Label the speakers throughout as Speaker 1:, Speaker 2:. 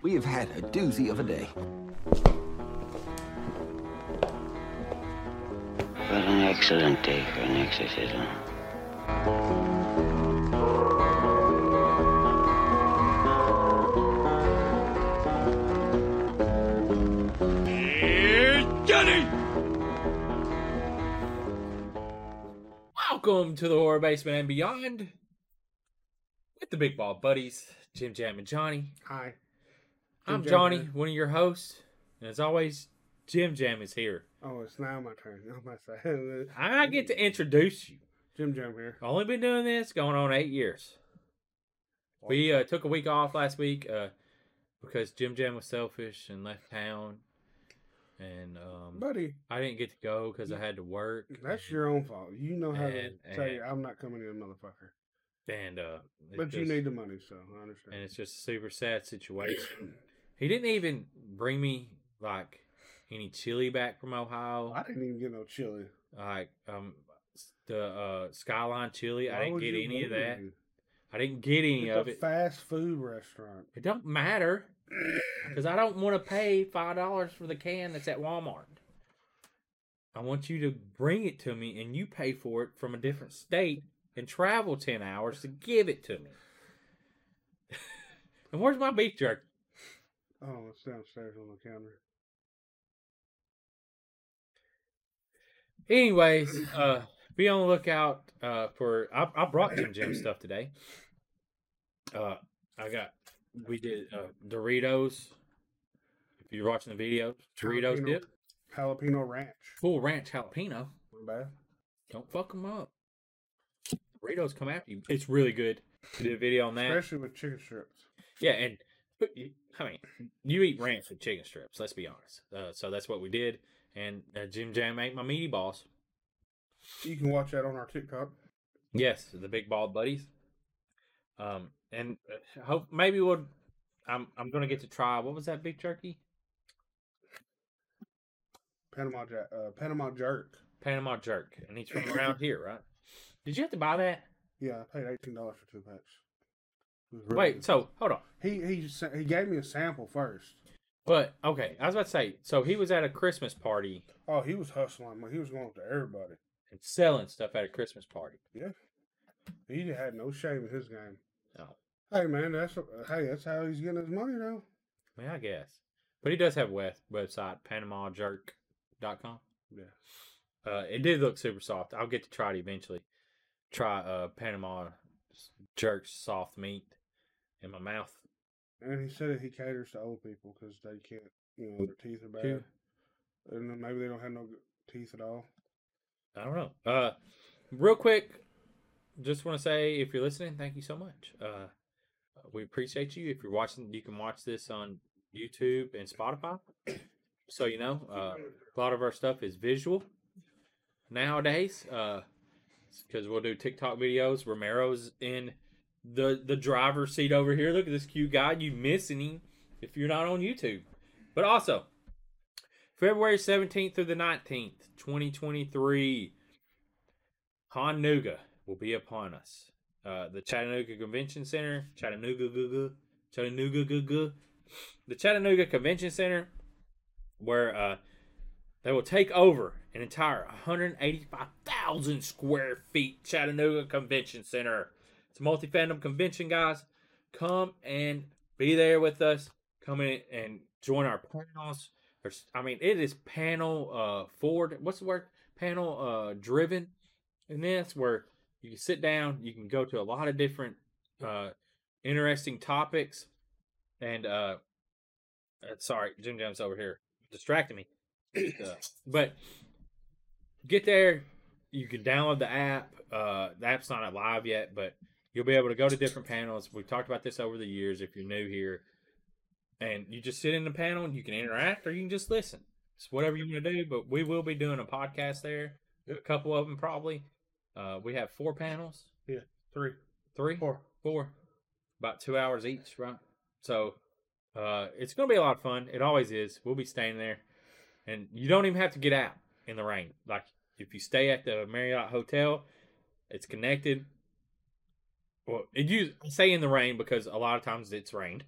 Speaker 1: We have had a doozy of a day.
Speaker 2: What an excellent day for an exorcism.
Speaker 3: Welcome to the Horror Basement and Beyond with the Big Ball Buddies, Jim Jam and Johnny.
Speaker 4: Hi.
Speaker 3: I'm
Speaker 4: Jam
Speaker 3: Johnny,
Speaker 4: here.
Speaker 3: one of your hosts, and as always, Jim Jam is here.
Speaker 4: Oh, it's now my turn. Oh my side.
Speaker 3: I get to introduce you.
Speaker 4: Jim Jam here.
Speaker 3: Only been doing this going on eight years. We uh, took a week off last week uh, because Jim Jam was selfish and left town, and um,
Speaker 4: Buddy,
Speaker 3: I didn't get to go because I had to work.
Speaker 4: that's your own fault. You know how
Speaker 3: And-
Speaker 4: to tell you
Speaker 3: and-
Speaker 4: I'm not coming in, motherfucker.
Speaker 3: And uh, it
Speaker 4: Mm-hmm. But you
Speaker 3: just-
Speaker 4: need the money, so I understand.
Speaker 3: and it's just a super sad situation. he didn't even bring me like any chili back from Ohio.
Speaker 4: I didn't even get no chili.
Speaker 3: Like um the uh Skyline chili, I
Speaker 4: Why
Speaker 3: didn't
Speaker 4: would
Speaker 3: get
Speaker 4: you
Speaker 3: any of
Speaker 4: bother
Speaker 3: that.
Speaker 4: me?
Speaker 3: I didn't get any
Speaker 4: It's
Speaker 3: of
Speaker 4: a
Speaker 3: it.
Speaker 4: fast food restaurant.
Speaker 3: it don't matter because I don't want to pay five dollars for the can that's at Walmart. I want you to bring it to me, and you pay for it from a different state and travel ten hours to give it to me. and where's my beef jerky?
Speaker 4: Oh, it's downstairs on the counter.
Speaker 3: Anyways, uh, be on the lookout uh, for. I, I brought Jim Jim stuff today. Uh, I got. We did uh, Doritos. If you're watching the video, Doritos
Speaker 4: Jalapeno.
Speaker 3: dip,
Speaker 4: Jalapeno ranch.
Speaker 3: full ranch jalapeno.
Speaker 4: Not Bad.
Speaker 3: Don't fuck them up. Doritos come after you. It's really good. We did a video on that.
Speaker 4: Especially with chicken strips.
Speaker 3: Yeah, and I mean, you eat ranch with chicken strips. Let's be honest. Uh, so that's what we did. And uh, Jim Jam ate my meaty balls.
Speaker 4: You can watch that on our TikTok.
Speaker 3: Yes, the big bald buddies. Um, and uh, hope maybe we'll. I'm I'm gonna get to try. What was that big turkey?
Speaker 4: Panama Jack, uh, Panama jerk.
Speaker 3: Panama jerk, and he's from around here, right? Did you have to buy that?
Speaker 4: Yeah, I paid eighteen dollars for two packs. It was really
Speaker 3: Wait,
Speaker 4: good.
Speaker 3: so hold on.
Speaker 4: he he sa- he gave me a sample first.
Speaker 3: But okay, I was about to say. So he was at a Christmas party
Speaker 4: Oh, he was hustling. man. He was going to everybody.
Speaker 3: and selling stuff at a Christmas party.
Speaker 4: He had no shame in his game.
Speaker 3: No.
Speaker 4: Hey man, that's hey, that's how he's getting his money though.
Speaker 3: I mean, I guess. But he does have a web- website, PanamaJerk.com.
Speaker 4: Yeah.
Speaker 3: Uh, it did look super soft. I'll get to try it eventually. Try uh, Panama Jerk's soft meat in my mouth.
Speaker 4: And he said that he caters to old people because they can't, you know, their teeth are bad,
Speaker 3: Dude.
Speaker 4: and then maybe they don't have no good teeth at all.
Speaker 3: I don't know. Uh, real quick, just want to say if you're listening, thank you so much. Uh, we appreciate you. If you're watching, you can watch this on YouTube and Spotify. So you know, uh, a lot of our stuff is visual nowadays. Because we'll do TikTok videos. Romero's in the the driver's seat over here. Look at this cute guy. You missing him if you're not on YouTube. But also, February 17th through the 19th, 2023, Chattanooga will be upon us. Uh, the Chattanooga Convention Center, Chattanooga, guga, Chattanooga, guga. the Chattanooga Convention Center, where uh, they will take over an entire 185,000 square feet Chattanooga Convention Center. It's a multi fandom convention, guys. Come and be there with us. Come in and join our panels. There's, I mean, it is panel uh forward. What's the word? Panel uh driven. And this where you can sit down, you can go to a lot of different uh interesting topics. And uh, uh, sorry, Jim Jam's over here distracting me. Uh, but get there, you can download the app. Uh, the app's not up live yet, but you'll be able to go to different panels. We've talked about this over the years. If you're new here, and you just sit in the panel and you can interact or you can just listen. It's whatever you want to do, but we will be doing a podcast there. A couple of them probably. Uh, we have four panels,
Speaker 4: Three,
Speaker 3: three,
Speaker 4: four.
Speaker 3: four, about two hours each, right? So uh, it's going to be a lot of fun. It always is. We'll be staying there, and you don't even have to get out in the rain. Like if you stay at the Marriott hotel, it's connected. Well, it you say in the rain because a lot of times it's rained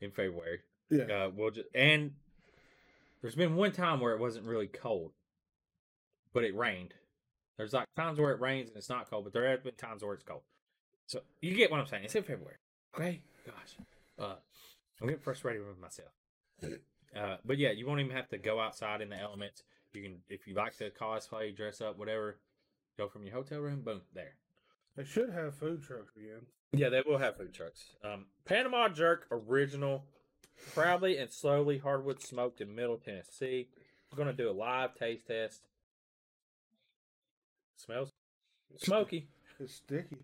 Speaker 3: in February,
Speaker 4: Yeah.
Speaker 3: Uh, we'll just and there's been one time where it wasn't really cold, but it rained. There's like times where it rains and it's not cold, but there have been times where it's cold. So you get what I'm saying. It's in February. Okay, gosh, uh, I'm getting frustrated with myself. Uh, but yeah, you won't even have to go outside in the elements. You can, if you like to cosplay, dress up, whatever, go from your hotel room, boom, there.
Speaker 4: They should have food trucks again.
Speaker 3: Yeah, they will have food trucks. Um, Panama Jerk Original, proudly and slowly hardwood smoked in Middle Tennessee. We're gonna do a live taste test. Smells smoky.
Speaker 4: It's sticky.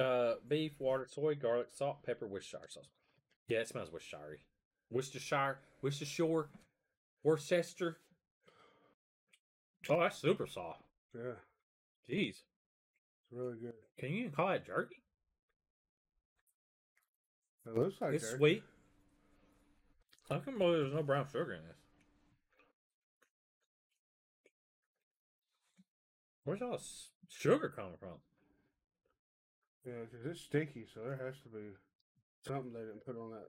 Speaker 3: Uh, beef, water, soy, garlic, salt, pepper, Worcestershire sauce. Yeah, it smells Worcestershire. Worcestershire, Worcestershire, Worcester. Oh, that's super soft.
Speaker 4: Yeah, it's
Speaker 3: Jeez,
Speaker 4: really good.
Speaker 3: can you even call it jerky?
Speaker 4: It looks like
Speaker 3: it's
Speaker 4: jerky.
Speaker 3: sweet. I can believe there's no brown sugar in this. Where's all this sugar coming from?
Speaker 4: Yeah, because it's sticky, so there has to be something they didn't put on that.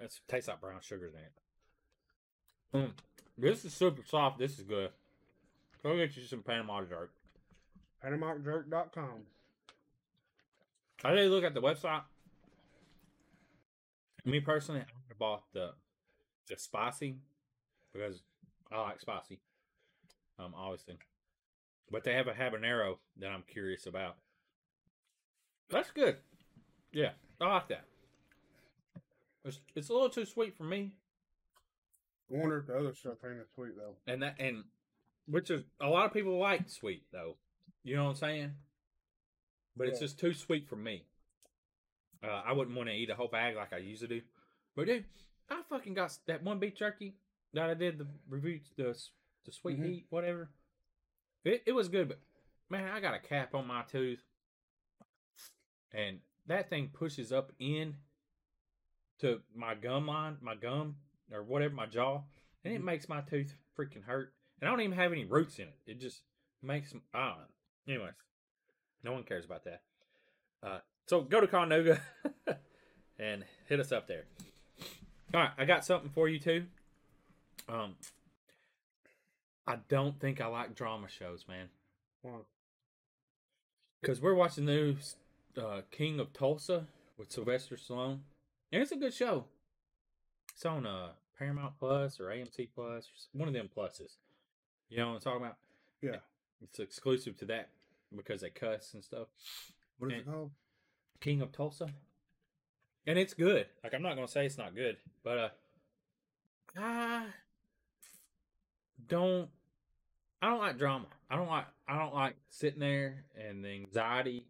Speaker 3: It tastes like brown sugar in it. Mm. This is super soft. This is good. Go get you some Panama jerk.
Speaker 4: PanamaJerk.com.
Speaker 3: I did look at the website. Me personally, I bought the the spicy because I like spicy, um, obviously. But they have a habanero that I'm curious about. That's good. Yeah, I like that. It's, it's a little too sweet for me,
Speaker 4: I wonder if the other stuff ain't as sweet though.
Speaker 3: and that and which is a lot of people like sweet though. You know what I'm saying? But it's
Speaker 4: Yeah.
Speaker 3: just too sweet for me. Uh, I wouldn't want to eat a whole bag like I used to do. But dude, I fucking got s- that one beef jerky that I did the review the s- the sweet
Speaker 4: Mhm.
Speaker 3: heat whatever. It it was good, but man, I got a cap on my tooth, and that thing pushes up in to my gum line, my gum or whatever, my jaw, and it makes my tooth freaking hurt. And I don't even have any roots in it. It just makes m- I don't know. Anyways, no one cares about that. Uh, so go to Conuga and hit us up there. All right, I got something for you too. Um, I don't think I like drama shows, man.
Speaker 4: Wow.
Speaker 3: Because we're watching the new uh, King of Tulsa with Sylvester Stallone, and it's a good show. It's on uh, Paramount Plus or AMC Plus, or s- one of them pluses. You know what I'm talking about?
Speaker 4: Yeah.
Speaker 3: It's exclusive to that because they cuss and stuff.
Speaker 4: What is
Speaker 3: Yeah.
Speaker 4: it called?
Speaker 3: King of Tulsa, and it's good. Like I'm not gonna say it's not good, but uh, I don't. I don't like drama. I don't like. I don't like sitting there and the anxiety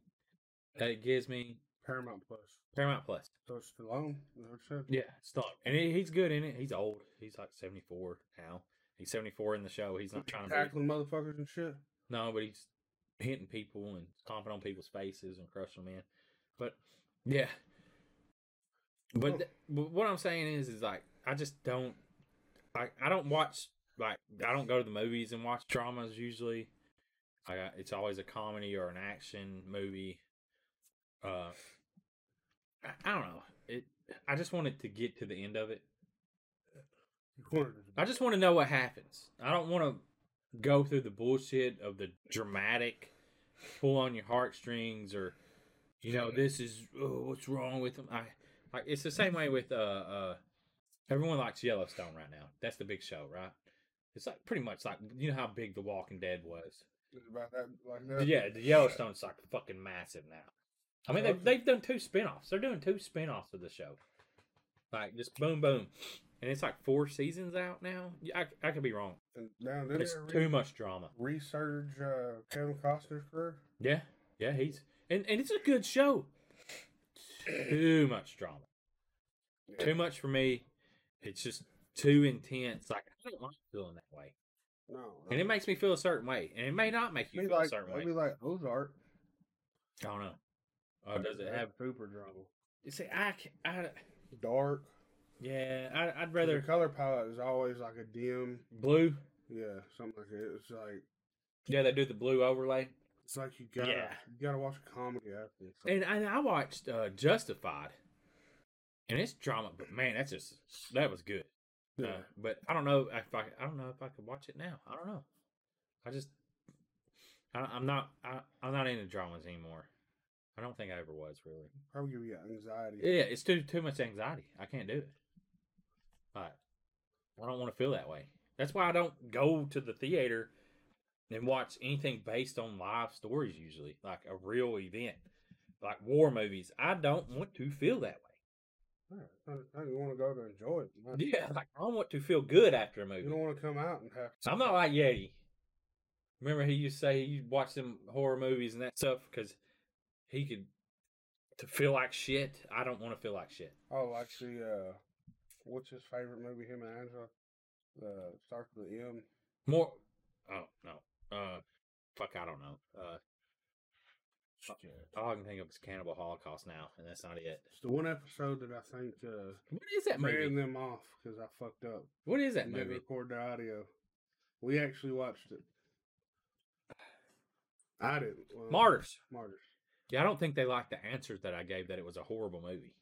Speaker 3: that it gives me.
Speaker 4: Paramount Plus.
Speaker 3: Paramount Plus.
Speaker 4: So it's Stallone. Is that what it said?
Speaker 3: Yeah, stop. And he, he's good in it. He's old. He's like 74 now. He's 74 in the show. He's not trying to be
Speaker 4: Tackling motherfuckers and shit.
Speaker 3: No, but he's hitting people and stomping on people's faces and crushing them in. But yeah, but,
Speaker 4: Oh.
Speaker 3: th- but what I'm saying is, is like I just don't, I I don't watch like I don't go to the movies and watch dramas usually. I got, it's always a comedy or an action movie. Uh, I, I don't know. It. I just wanted to get to the end of it.
Speaker 4: You cornered us.
Speaker 3: I just want to know what happens. I don't want to go through the bullshit of the dramatic pull on your heartstrings or you know this is oh, what's wrong with them. I like it's the same way with uh uh everyone likes Yellowstone right now. That's the big show, right? It's like pretty much like you know how big The Walking Dead was.
Speaker 4: It's about that like that.
Speaker 3: Yeah, the Yellowstone's like fucking massive now. I mean, they've,
Speaker 4: Okay.
Speaker 3: they've done two spin-offs. They're doing two spin-offs of the show. Like, just boom, boom. And it's like four seasons out now. Yeah, I, I could be wrong.
Speaker 4: And now did
Speaker 3: It's
Speaker 4: it re-
Speaker 3: too much drama.
Speaker 4: resurge uh, Kevin Costner's career?
Speaker 3: Yeah, yeah, he's... And, and it's a good show. Too much drama. Too much for me. It's just too intense. Like, I don't like feeling that way.
Speaker 4: No.
Speaker 3: And it makes me feel a certain way. And it may not make you
Speaker 4: be
Speaker 3: feel a
Speaker 4: like
Speaker 3: certain way.
Speaker 4: it'd be like Ozark.
Speaker 3: I don't know. Or Oh, does it have...
Speaker 4: super drama?
Speaker 3: You see, I... can I
Speaker 4: Dark.
Speaker 3: Yeah, I, I'd
Speaker 4: The
Speaker 3: rather
Speaker 4: color palette is always like a dim.
Speaker 3: blue.
Speaker 4: Yeah, something like it. It's like
Speaker 3: Yeah, they do the blue overlay.
Speaker 4: it's like you gotta
Speaker 3: Yeah.
Speaker 4: you gotta watch a comedy after.
Speaker 3: And and I watched uh, Justified, and it's drama. But man, that's just that was good.
Speaker 4: Yeah.
Speaker 3: Uh, but I don't know if I I don't know if I could watch it now. I don't know. I just I, I'm not I, I'm not into dramas anymore. I don't think I ever was really.
Speaker 4: Probably give you anxiety.
Speaker 3: Yeah, it's too too much anxiety. I can't do it. Like, I don't want to feel that way. That's why I don't go to the theater and watch anything based on live stories. Usually, like a real event, like war movies. I don't want to feel that way.
Speaker 4: Yeah, I, I want to go to enjoy it. man.
Speaker 3: Yeah, like I want to feel good after a
Speaker 4: You
Speaker 3: movie.
Speaker 4: don't want to come out and have
Speaker 3: I'm not like Yeti. Remember, he used to say he watched them horror movies and that stuff because he could to feel like shit. I don't want to feel like shit.
Speaker 4: Oh, like the uh, what's his favorite movie? Him and Angela. Uh, starts with M.
Speaker 3: More. Oh no. Uh, fuck. I don't know. Uh, all I can think of is Cannibal Holocaust now, and that's not it.
Speaker 4: It's the one episode that I think uh,
Speaker 3: What is that
Speaker 4: ran
Speaker 3: movie?
Speaker 4: them off because I fucked up.
Speaker 3: What is that
Speaker 4: and didn't
Speaker 3: movie?
Speaker 4: record the audio. We actually watched it. I didn't. Well,
Speaker 3: Martyrs.
Speaker 4: Martyrs.
Speaker 3: Yeah, I don't think they liked the answers that I gave. That it was a horrible movie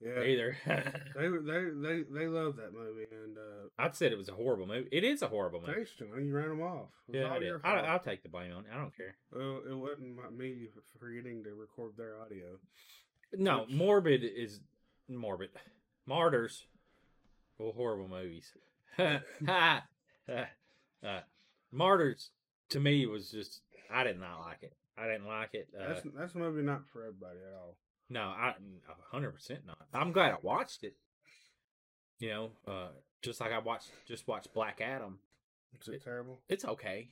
Speaker 4: Yeah.
Speaker 3: either.
Speaker 4: They were they they they love that movie and uh,
Speaker 3: I said it was a horrible movie. It is a horrible movie.
Speaker 4: taste them. You ran them off. It was
Speaker 3: Yeah, I
Speaker 4: all
Speaker 3: did.
Speaker 4: your
Speaker 3: I,
Speaker 4: fault.
Speaker 3: I'll take the blame on. it. I don't care.
Speaker 4: Well, it wasn't my, me forgetting to record their audio.
Speaker 3: No,
Speaker 4: Which-
Speaker 3: morbid is morbid. Martyrs, well, horrible movies. Uh, Martyrs to me was just I did not like it. I didn't like it. Uh,
Speaker 4: that's that's a movie not for everybody at all.
Speaker 3: no, I a hundred percent not. I'm glad I watched it. You know, uh, just like I watched just watched Black Adam.
Speaker 4: Is it,
Speaker 3: it-
Speaker 4: terrible?
Speaker 3: It's okay,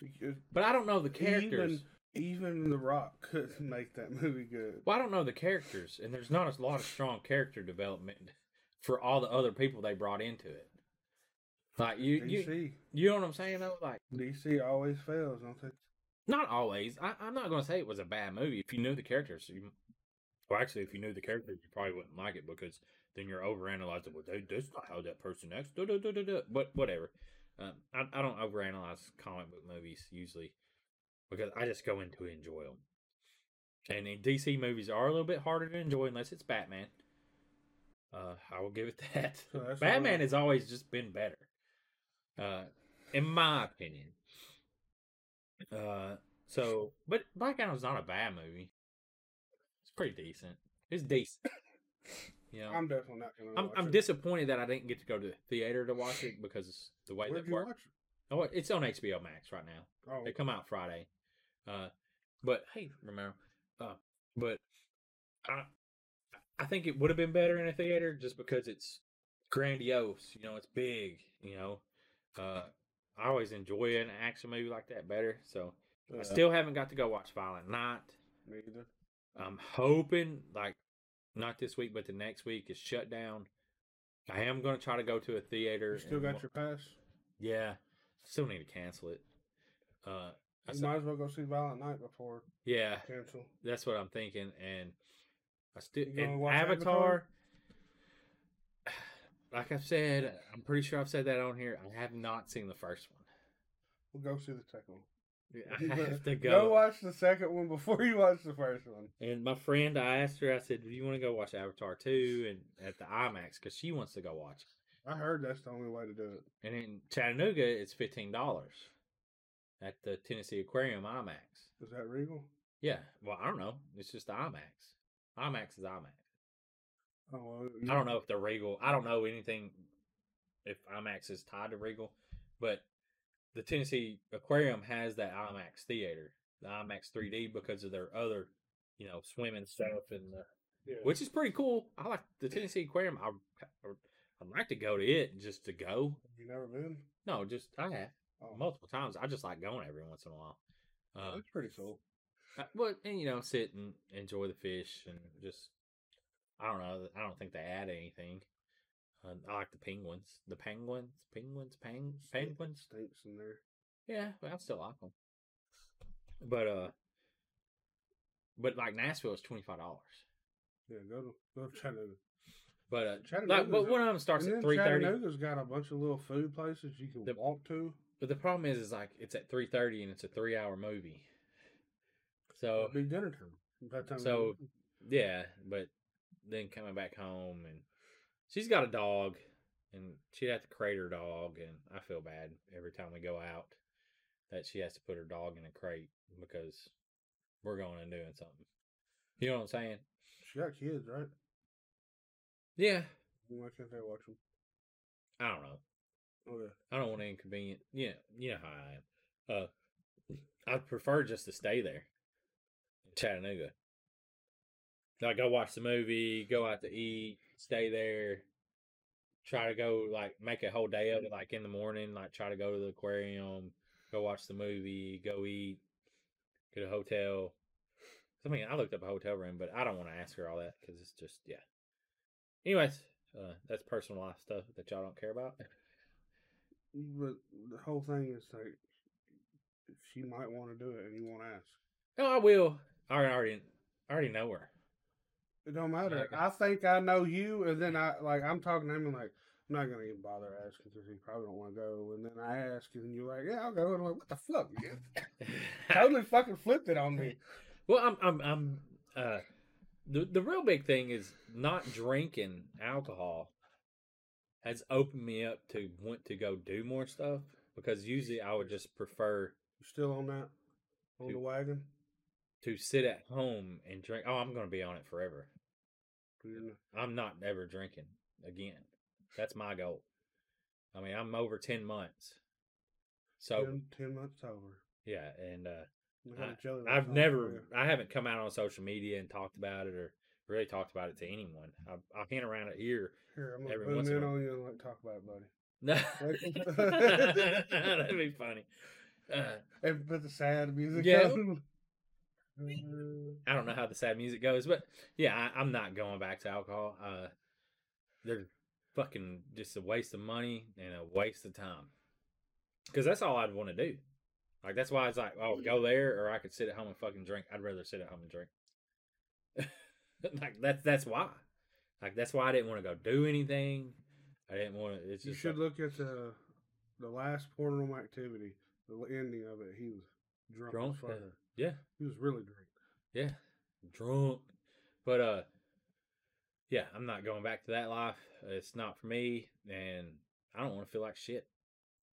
Speaker 4: Because
Speaker 3: but I don't know the characters.
Speaker 4: Even, even The Rock couldn't make that movie good.
Speaker 3: Well, I don't know the characters, and there's not a lot of strong character development for all the other people they brought into it. Like you, you,
Speaker 4: DC,
Speaker 3: you know what I'm saying? Though, like
Speaker 4: DC always fails, don't they?
Speaker 3: not always. I, I'm not gonna say it was a bad movie. If you knew the characters, you, well, actually, if you knew the characters, you probably wouldn't like it because then you're overanalyzing. Well, they, that's not how that person acts. duh, duh, duh, duh, duh." But whatever. Um, I, I don't overanalyze comic book movies usually because I just go in to enjoy them. And then DC movies are a little bit harder to enjoy unless it's Batman. Uh, I will give it that.
Speaker 4: So that's the
Speaker 3: Batman
Speaker 4: one-
Speaker 3: has always just been better, uh, in my opinion. Uh, so, but Black Adam's not a bad movie. It's pretty decent. It's decent. You know,
Speaker 4: I'm definitely not gonna.
Speaker 3: I'm,
Speaker 4: watch
Speaker 3: I'm
Speaker 4: it.
Speaker 3: disappointed that I didn't get to go to the theater to watch it because the way
Speaker 4: Where'd
Speaker 3: that
Speaker 4: you watch
Speaker 3: worked.
Speaker 4: it?
Speaker 3: Oh, it's on HBO Max right now.
Speaker 4: Oh,
Speaker 3: They come out Friday. Uh, but hey, Romero. Uh, but I, I think it would have been better in a theater just because it's grandiose. You know, it's big. You know, uh, I always enjoy an action movie like that better. So
Speaker 4: yeah,
Speaker 3: I still haven't got to go watch Violent Night.
Speaker 4: uh, me either.
Speaker 3: I'm hoping like not this week, but the next week is shut down. I am going to try to go to a theater.
Speaker 4: You still
Speaker 3: and
Speaker 4: got
Speaker 3: wa-
Speaker 4: your pass.
Speaker 3: yeah. Still need to cancel it. Uh, I
Speaker 4: You
Speaker 3: saw-
Speaker 4: might as well go see Violent Night before
Speaker 3: yeah,
Speaker 4: cancel.
Speaker 3: that's what I'm thinking. And I still
Speaker 4: You gonna
Speaker 3: and
Speaker 4: watch
Speaker 3: Avatar. Like I've said, I'm pretty sure I've said that on here. I have not seen the first
Speaker 4: We'll go see the second
Speaker 3: one.
Speaker 4: one.
Speaker 3: I have to
Speaker 4: Go
Speaker 3: go.
Speaker 4: watch the second one before you watch the first one.
Speaker 3: And my friend, I asked her. I said, "Do you want to go watch Avatar 2 and at the IMAX?" Because she wants to go watch it.
Speaker 4: I heard that's the only way to do it.
Speaker 3: And in Chattanooga, it's fifteen dollars at the Tennessee Aquarium IMAX.
Speaker 4: Is that Regal?
Speaker 3: Yeah, well, I don't know. It's just IMAX. IMAX is IMAX.
Speaker 4: Oh, well,
Speaker 3: I don't know if the Regal. I don't know anything if IMAX is tied to Regal, but the Tennessee Aquarium has that IMAX theater, the IMAX 3D, because of their other, you know, swimming stuff and the
Speaker 4: Yeah.
Speaker 3: which is pretty cool. I like the Tennessee Aquarium. I I'd like to go to it just to go.
Speaker 4: you never been?
Speaker 3: No, just I have.
Speaker 4: Oh,
Speaker 3: multiple times. I just like going every once in a while. Uh,
Speaker 4: that's pretty cool.
Speaker 3: I- well, and you know, sit and enjoy the fish, and just I don't know. I don't think they add anything. Uh, I like the penguins, the penguins, penguins, pang, penguins.
Speaker 4: stinks in there.
Speaker 3: Yeah, but I still like them. But uh, but like Nashville is twenty five dollars.
Speaker 4: Yeah, go to go to Chattanooga.
Speaker 3: But uh, like,
Speaker 4: Chattanooga's
Speaker 3: but
Speaker 4: a-
Speaker 3: one of them starts
Speaker 4: And
Speaker 3: at
Speaker 4: then
Speaker 3: three thirty.
Speaker 4: Chattanooga's got a bunch of little food places you can
Speaker 3: The-
Speaker 4: walk to.
Speaker 3: But the problem is, is like it's at three thirty and it's a three hour movie. So
Speaker 4: It'll be dinner time. By the time
Speaker 3: Oh. So-
Speaker 4: you-
Speaker 3: Yeah, but then coming back home and she's got a dog and she'd have to crate her dog and I feel bad every time we go out that she has to put her dog in a crate because we're going and doing something. You know what I'm saying?
Speaker 4: She got kids, right?
Speaker 3: Yeah.
Speaker 4: Why can't they watch Oh, them?
Speaker 3: I don't know.
Speaker 4: Okay.
Speaker 3: I don't want to inconvenience. Yeah, you know how I am. Uh, I'd prefer just to stay there, in Chattanooga. Like go watch the movie, go out to eat, stay there. Try to go like make a whole day of it, like in the morning, like try to go to the aquarium, go watch the movie, go eat, get a hotel. I mean, I looked up a hotel room, but I don't want to ask her all that because it's just yeah. Anyways, uh, that's personal life stuff that y'all don't care about.
Speaker 4: But the whole thing is like, she might want to do it, and you won't ask.
Speaker 3: No, Oh, I will. I already, I already know her.
Speaker 4: It don't matter.
Speaker 3: Okay.
Speaker 4: I think I know you, and then I like I'm talking to him and like I'm not gonna even bother asking because he probably don't want to go. And then I ask, and you're like, "Yeah, I'll go." And I'm like, "What the fuck? You totally fucking flipped it on me."
Speaker 3: well, I'm, I'm, I'm. Uh, the the real big thing is not drinking alcohol has opened me up to want to go do more stuff because usually I would just prefer
Speaker 4: You still on that? On the
Speaker 3: Dude.
Speaker 4: wagon?
Speaker 3: to sit at home and drink. Oh, I'm going to be on it forever.
Speaker 4: You
Speaker 3: I'm not ever drinking again. That's my goal. I mean, I'm over ten months.
Speaker 4: know,
Speaker 3: So
Speaker 4: ten, ten months over.
Speaker 3: yeah, and uh
Speaker 4: Look how
Speaker 3: I-
Speaker 4: jelly roll
Speaker 3: I've
Speaker 4: time
Speaker 3: never,
Speaker 4: for
Speaker 3: I haven't come out on social media and talked about it or really talked about it to anyone. I've, I've been around it here.
Speaker 4: you. Here, I'm gonna
Speaker 3: every
Speaker 4: put 'em
Speaker 3: once in
Speaker 4: in
Speaker 3: a-
Speaker 4: on you and like talk about it, buddy.
Speaker 3: No, that'd be funny. Uh,
Speaker 4: And put the sad music.
Speaker 3: Yeah.
Speaker 4: on. Uh,
Speaker 3: I don't know how the sad music goes, but yeah, I, I'm not going back to alcohol. Uh, they're fucking just a waste of money and a waste of time. Because that's all I'd want to do. Like that's why it's like, oh, go
Speaker 4: Mm.
Speaker 3: there, or I could sit at home and fucking drink. I'd rather sit at home and drink. like that's that's why. Like that's why I didn't want to go do anything. I didn't want to. It's
Speaker 4: You
Speaker 3: just
Speaker 4: should
Speaker 3: like-
Speaker 4: look at the the last portal room activity, the ending of it. He was drunk.
Speaker 3: Drunk,
Speaker 4: as fuck.
Speaker 3: yeah. yeah.
Speaker 4: He was really drunk.
Speaker 3: Yeah, drunk. But uh, yeah, I'm not going back to that life. It's not for me, and I don't want to feel like shit.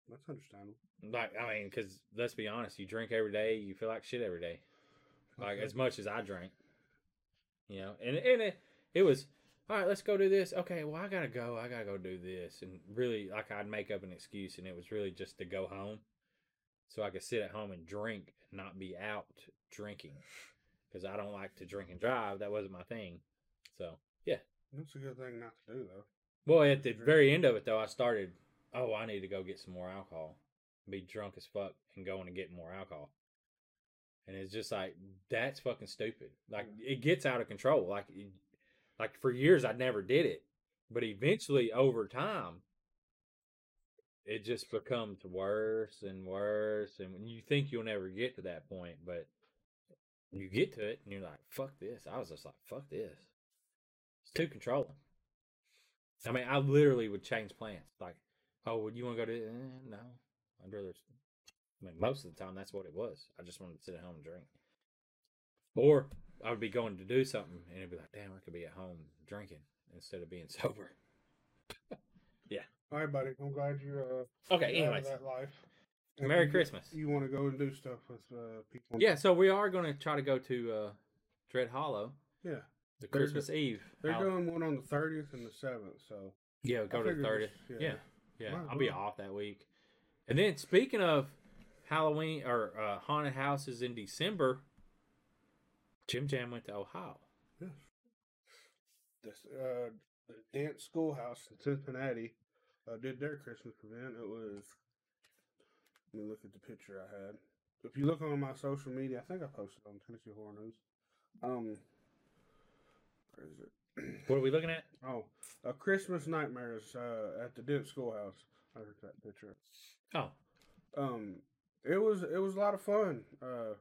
Speaker 4: That's understandable.
Speaker 3: Like I mean, because let's be honest, you drink every day, you feel like shit every day. Like as much as I drank, you know. And and it, it was all right. Let's go do this. Okay, well I gotta go. I gotta go do this. And really, like I'd make up an excuse, and it was really just to go home, so I could sit at home and drink, and not be out drinking, because I don't like to drink and drive. That wasn't my thing. So yeah.
Speaker 4: That's a good thing not to do though.
Speaker 3: Well, at the very end of it though, I started. Oh, I need to go get some more alcohol. Be drunk as fuck and going and get more alcohol. And it's just like that's fucking stupid. Like it gets out of control. Like, it- like for years I never did it, but eventually over time, it just becomes worse and worse. And you think you'll never get to that point, but you get to it and you're like, "Fuck this!" I was just like, "Fuck this." It's too controlling. I mean, I literally would change plans. Like, oh, would you want to go to? Eh, no, I'd rather. I mean, most of the time that's what it was. I just wanted to sit at home and drink, or I would be going to do something and it'd be like, damn, I could be at home drinking instead of being sober.
Speaker 4: All right, buddy. I'm glad you uh
Speaker 3: Okay,
Speaker 4: out of
Speaker 3: anyways,
Speaker 4: that life. And
Speaker 3: Merry
Speaker 4: you-
Speaker 3: Christmas.
Speaker 4: You want to go and do stuff with uh people.
Speaker 3: Yeah, so we are going to try to go to uh, Dread Hollow
Speaker 4: Yeah.
Speaker 3: the
Speaker 4: They're
Speaker 3: Christmas Eve.
Speaker 4: They're
Speaker 3: out-
Speaker 4: doing one on the thirtieth and the seventh, so
Speaker 3: Yeah, go to the
Speaker 4: figured
Speaker 3: thirtieth.
Speaker 4: this-
Speaker 3: Yeah. yeah,
Speaker 4: yeah. Might
Speaker 3: I'll be
Speaker 4: as well.
Speaker 3: off that week. And then speaking of Halloween or uh, haunted houses in December, Jim Jam went to Ohio.
Speaker 4: this uh the dance schoolhouse in Cincinnati uh, did their Christmas event. It was let me look at the picture I had. If you look on my social media, I think I posted on Tennessee Horror News. Um where is it?
Speaker 3: What are we looking at?
Speaker 4: Oh, a Christmas nightmares uh, at the Dent Schoolhouse. I heard that picture.
Speaker 3: Oh,
Speaker 4: Um, it was it was a lot of fun. Uh,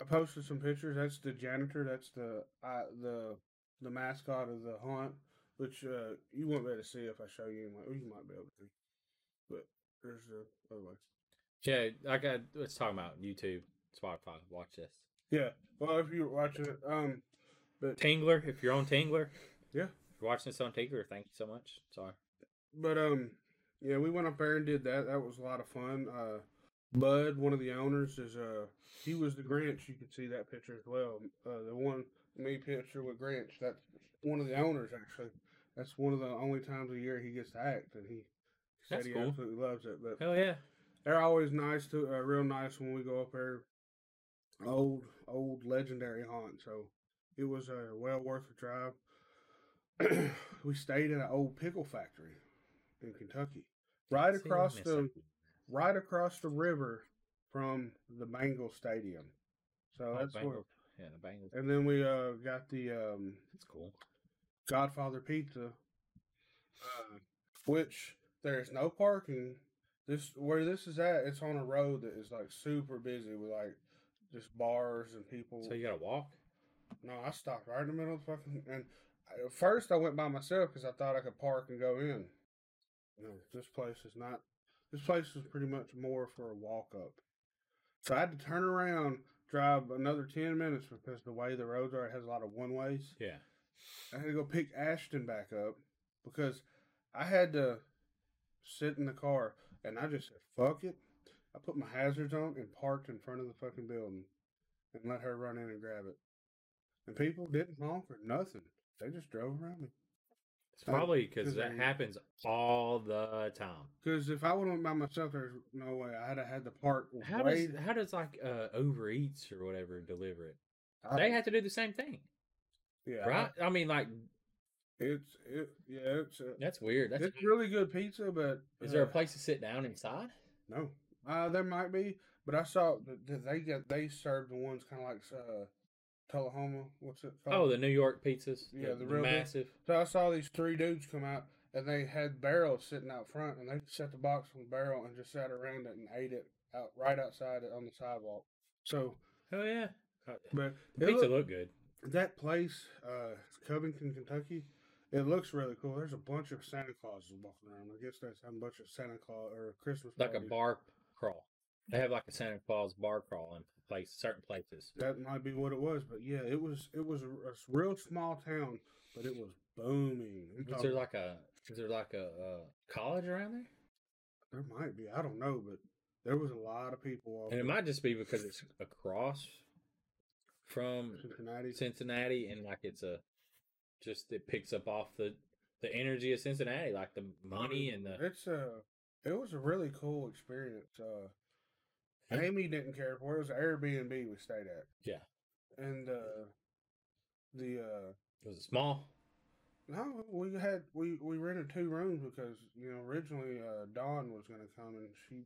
Speaker 4: I posted some pictures. That's the janitor. That's the I, the the mascot of the haunt, which uh, you won't be able to see if I show you. Anyway. Well, You might be able to, but there's the other way.
Speaker 3: yeah. I got. Let's talk about YouTube, Spotify. Watch this.
Speaker 4: Yeah. Well, if you're watching it, um, But
Speaker 3: Tangler, if you're on Tangler,
Speaker 4: Yeah.
Speaker 3: if you're watching this on Tangler, thank you so much. Sorry.
Speaker 4: But um, yeah, we went up there and did that. That was a lot of fun. Uh, Bud, one of the owners, is uh, he was the Grinch. You can see that picture as well. Uh, the one me picture with Grinch. That's one of the owners actually. That's one of the only times a year he gets to act, and he said
Speaker 3: That's
Speaker 4: he
Speaker 3: cool.
Speaker 4: absolutely loves it. But
Speaker 3: Hell yeah.
Speaker 4: they're always nice to uh, real nice when we go up there. Old old legendary haunt, so it was uh, well worth the drive. we stayed in an old pickle factory in Kentucky, right
Speaker 3: See, I
Speaker 4: across
Speaker 3: miss
Speaker 4: the
Speaker 3: it.
Speaker 4: right across the river from the Bengal Stadium. So
Speaker 3: Oh,
Speaker 4: that's where.
Speaker 3: Bengals. Yeah, the Bengals.
Speaker 4: And then we uh, got the um,
Speaker 3: That's cool.
Speaker 4: Godfather Pizza, uh, which there's no parking. This where this is at, it's on a road that is like super busy with like just bars and people.
Speaker 3: So you gotta walk.
Speaker 4: no, I stopped right in the middle of the fucking. And I- at first, I went by myself because I thought I could park and go in. No, this place is not. This place is pretty much more for a walk up. So I had to turn around, drive another ten minutes because the way the roads are, it has a lot of one ways.
Speaker 3: Yeah.
Speaker 4: I had to go pick Ashton back up because I had to sit in the car and I just said, fuck it. I put my hazards on and parked in front of the fucking building and let her run in and grab it. And people didn't honk or nothing. They just drove around me.
Speaker 3: It's
Speaker 4: Uh,
Speaker 3: probably because
Speaker 4: 'cause
Speaker 3: that
Speaker 4: I'm-
Speaker 3: happens all the time.
Speaker 4: Because if I would have went by myself, there's no way I'd have had to park.
Speaker 3: How
Speaker 4: way
Speaker 3: does how does like uh, overeats or whatever deliver it?
Speaker 4: I-
Speaker 3: They had to do the same thing,
Speaker 4: yeah,
Speaker 3: right? I mean, like
Speaker 4: It's it, yeah, it's uh,
Speaker 3: that's weird. That's
Speaker 4: it's really good pizza, but
Speaker 3: is there a
Speaker 4: uh,
Speaker 3: place to sit down inside?
Speaker 4: No. Uh, there might be, but I saw that that they got they served the ones kind of like uh, Tullahoma. What's it called?
Speaker 3: Oh, the New York pizzas.
Speaker 4: Yeah, the
Speaker 3: the,
Speaker 4: real big-
Speaker 3: massive.
Speaker 4: so I saw these three dudes come out and they had barrels sitting out front and they set the box on the barrel and just sat around it and ate it out right outside it on the sidewalk. So,
Speaker 3: Hell yeah, Uh,
Speaker 4: but
Speaker 3: the
Speaker 4: it
Speaker 3: pizza
Speaker 4: look-
Speaker 3: looked good.
Speaker 4: that place, uh, Covington, Kentucky, it looks really cool. There's a bunch of Santa Clauses walking around. I guess that's a bunch of Santa Claus or Christmas
Speaker 3: Like a
Speaker 4: parties.
Speaker 3: bar crawl. They have like a Santa Claus bar crawl in place certain places.
Speaker 4: That might be what it was, but yeah, it was it was a, a real small town, but it was booming. I'm
Speaker 3: Is
Speaker 4: talking-
Speaker 3: there like a is there like a uh, college around there?
Speaker 4: there might be, I don't know, but there was a lot of people all
Speaker 3: And it
Speaker 4: over
Speaker 3: might just be because it's across from
Speaker 4: Cincinnati.
Speaker 3: Cincinnati, and like it's a just it picks up off the the energy of Cincinnati, like the money and the
Speaker 4: It's a it was a really cool experience. Uh,
Speaker 3: Yeah.
Speaker 4: Amy didn't care for it. It was Airbnb we stayed at.
Speaker 3: Yeah.
Speaker 4: and uh, the uh,
Speaker 3: was it small?
Speaker 4: No, we had we we rented two rooms because you know originally uh, Dawn was gonna come and she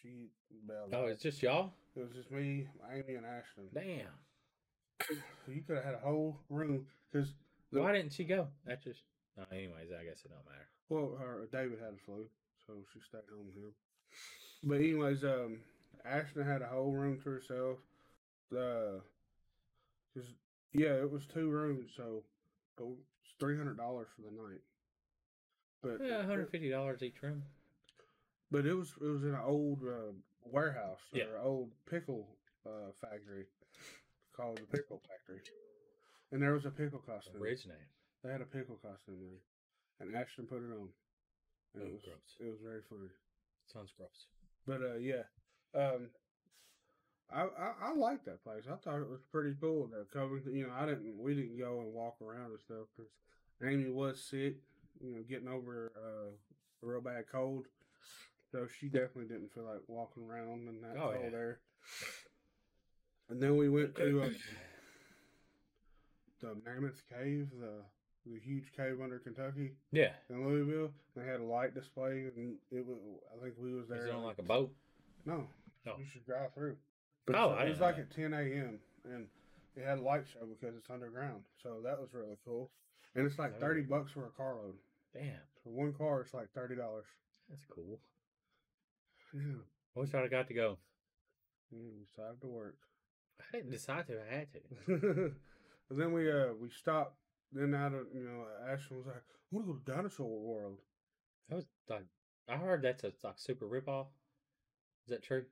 Speaker 4: she bailed.
Speaker 3: Oh,
Speaker 4: out.
Speaker 3: it's just y'all.
Speaker 4: it was just me, Amy, and Ashton.
Speaker 3: Damn,
Speaker 4: So you could have had a whole room because The-
Speaker 3: why didn't she go? That's just. No, anyways, I guess it don't matter.
Speaker 4: well, her David had a flu, so she stayed home with him. But anyways, um, Ashton had a whole room to herself. The cause, yeah, it was two rooms, so it was three hundred dollars for the night. But
Speaker 3: Yeah, one hundred fifty dollars each room.
Speaker 4: But it was it was in an old uh, warehouse
Speaker 3: Yeah.
Speaker 4: or old pickle uh, factory called the Pickle Factory, and there was a pickle costume.
Speaker 3: Originated.
Speaker 4: They had a pickle costume there, and Ashton put it on. And
Speaker 3: Oh,
Speaker 4: it was
Speaker 3: gross.
Speaker 4: it was very funny.
Speaker 3: Sounds gross.
Speaker 4: But uh, yeah, um, I, I I liked that place. I thought it was pretty cool. That Covington, you know, I didn't we didn't go and walk around and stuff because Amy was sick, you know, getting over uh, a real bad cold. So she definitely didn't feel like walking around in that
Speaker 3: Oh,
Speaker 4: cold
Speaker 3: yeah.
Speaker 4: air. And then we went to uh, the Mammoth Cave, the the huge cave under Kentucky
Speaker 3: Yeah,
Speaker 4: in Louisville. They had a light display, and it was I think we was
Speaker 3: is
Speaker 4: there.
Speaker 3: it on like a boat?
Speaker 4: No.
Speaker 3: No.
Speaker 4: You should drive through.
Speaker 3: Oh,
Speaker 4: so
Speaker 3: I
Speaker 4: it was
Speaker 3: didn't know
Speaker 4: like
Speaker 3: that.
Speaker 4: at 10 a.m. and it had a light show because it's underground. So that was really cool. And it's like
Speaker 3: Oh.
Speaker 4: 30 bucks for a carload.
Speaker 3: Damn,
Speaker 4: For one car, it's like $30.
Speaker 3: that's cool.
Speaker 4: Yeah.
Speaker 3: I wish I'd have got to go.
Speaker 4: Mm, So I have to work.
Speaker 3: I didn't decide to. I had to.
Speaker 4: and then we uh we stopped. Then out of you know, Ashton was like, "I want to go to Dinosaur World."
Speaker 3: That was like I heard that's a like super ripoff. Is that true?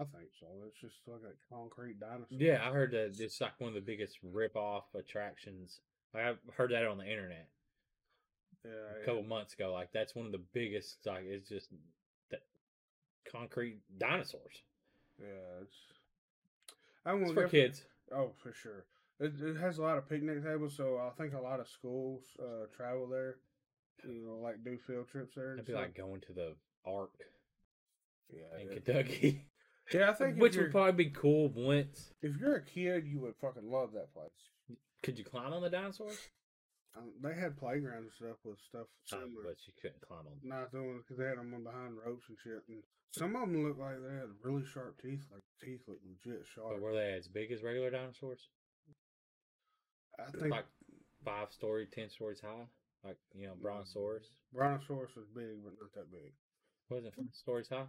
Speaker 4: I think so. It's just like a concrete dinosaur.
Speaker 3: Yeah, I heard that it's like one of the biggest rip off attractions. Like, I've heard that on the internet
Speaker 4: Yeah.
Speaker 3: a
Speaker 4: Oh, yeah.
Speaker 3: couple months ago. Like that's one of the biggest. Like it's just that concrete dinosaurs.
Speaker 4: Yeah. It's. I'm
Speaker 3: It's
Speaker 4: gonna
Speaker 3: for
Speaker 4: go-
Speaker 3: kids.
Speaker 4: Oh, for sure. It, it has a lot of picnic tables, so I think a lot of schools uh, travel there. You know, like do field trips there. and
Speaker 3: It'd be
Speaker 4: stuff.
Speaker 3: like going to the Ark in
Speaker 4: Oh, yeah, yeah.
Speaker 3: Kentucky,
Speaker 4: yeah. I think
Speaker 3: which
Speaker 4: if, you're,
Speaker 3: would probably be cool once.
Speaker 4: if you're a kid, you would fucking love that place.
Speaker 3: Could you climb on the dinosaurs?
Speaker 4: Um, they had playground stuff with stuff.
Speaker 3: Um,
Speaker 4: similar.
Speaker 3: but you couldn't climb on.
Speaker 4: Not doing because they had them on behind ropes and shit. And some of them looked like they had really sharp teeth, like teeth look legit sharp.
Speaker 3: But were they as big as regular dinosaurs?
Speaker 4: I think
Speaker 3: like five story, ten stories high, like you
Speaker 4: Mm.
Speaker 3: know, brontosaurus
Speaker 4: Brontosaurus was big, but not that big.
Speaker 3: wasn't it five stories high.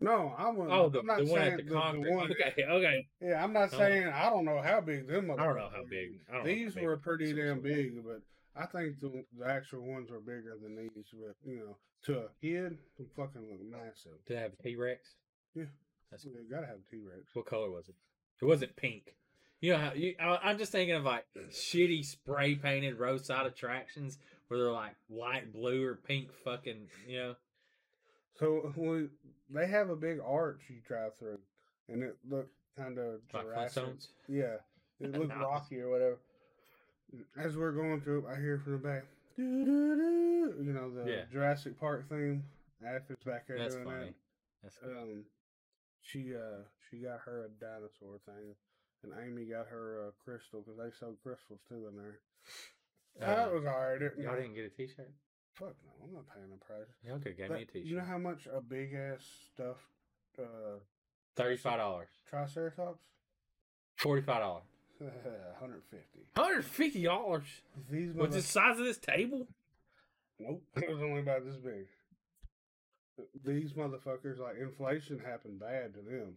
Speaker 4: No, I wasn't.
Speaker 3: Oh, the,
Speaker 4: I'm not
Speaker 3: the one
Speaker 4: saying
Speaker 3: at the
Speaker 4: the, the
Speaker 3: concrete.
Speaker 4: one-
Speaker 3: Okay, okay.
Speaker 4: Yeah, I'm not
Speaker 3: I don't-
Speaker 4: saying I don't know how big them.
Speaker 3: I don't know how
Speaker 4: motherfuckers
Speaker 3: big.
Speaker 4: were.
Speaker 3: I don't know how
Speaker 4: These
Speaker 3: big
Speaker 4: were
Speaker 3: the
Speaker 4: pretty
Speaker 3: dinosaurs
Speaker 4: damn
Speaker 3: were.
Speaker 4: big, but I think the, the actual ones are bigger than these. But you know, to a kid, they fucking look massive.
Speaker 3: Did it have a T Rex? That's-
Speaker 4: You gotta have T Rex.
Speaker 3: What color was it? It wasn't pink. You know, how, you, I, I'm just thinking of like shitty spray painted roadside attractions where they're like light blue or pink, fucking, you know.
Speaker 4: So we, they have a big arch you drive through, and it looked kind of
Speaker 3: Like
Speaker 4: Jurassic.
Speaker 3: Flintstones?
Speaker 4: Yeah, it looked
Speaker 3: Nice.
Speaker 4: rocky or whatever. As we're going through, I hear from the back, "Doo-doo-doo," you know the
Speaker 3: Yeah.
Speaker 4: Jurassic Park theme. After's back there
Speaker 3: That's
Speaker 4: doing
Speaker 3: funny. That's
Speaker 4: that.
Speaker 3: cool.
Speaker 4: Um, she uh she got her a dinosaur thing, and Amy got her a crystal because they sell crystals too in there. that
Speaker 3: Uh,
Speaker 4: was alright. It-
Speaker 3: Y'all didn't get a t shirt?
Speaker 4: Fuck no, I'm not paying the price.
Speaker 3: Y'all could have gave me a
Speaker 4: But
Speaker 3: t shirt.
Speaker 4: You know how much a big ass stuffed uh,
Speaker 3: $35.
Speaker 4: triceratops?
Speaker 3: $45.
Speaker 4: 150.
Speaker 3: $150?
Speaker 4: These
Speaker 3: What's
Speaker 4: mother-
Speaker 3: the size of this table?
Speaker 4: Nope. It was only about this big. These motherfuckers, like inflation happened bad to them.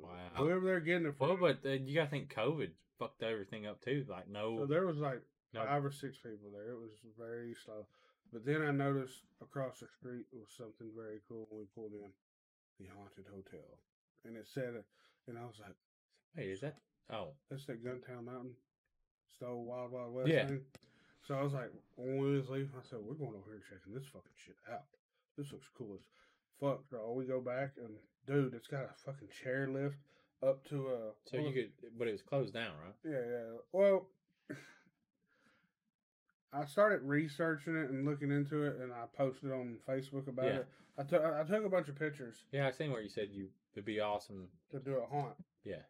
Speaker 3: Wow.
Speaker 4: Whoever they're getting it
Speaker 3: Well,
Speaker 4: from.
Speaker 3: but uh, you got to think COVID fucked everything up too. Like, no.
Speaker 4: so there was like
Speaker 3: no
Speaker 4: five or six people there. It was very slow. But then I noticed across the street was something very cool when we pulled in the haunted hotel. And it said, it, and I was like,
Speaker 3: wait, is that? Oh,
Speaker 4: That's that Guntown Mountain. Stole Wild Wild West
Speaker 3: Yeah.
Speaker 4: thing. So I was like, when we was leaving, I said, We're going over here and checking this fucking shit out. This looks cool as fuck. So we go back and dude, it's got a fucking chair lift up to a
Speaker 3: so you could, but it was closed down, right?
Speaker 4: Yeah, yeah. Well I started researching it and looking into it and I posted on Facebook about
Speaker 3: Yeah.
Speaker 4: it. I took I took a bunch of pictures
Speaker 3: Yeah, I seen where you said you it'd be awesome.
Speaker 4: to do a haunt.
Speaker 3: Yeah.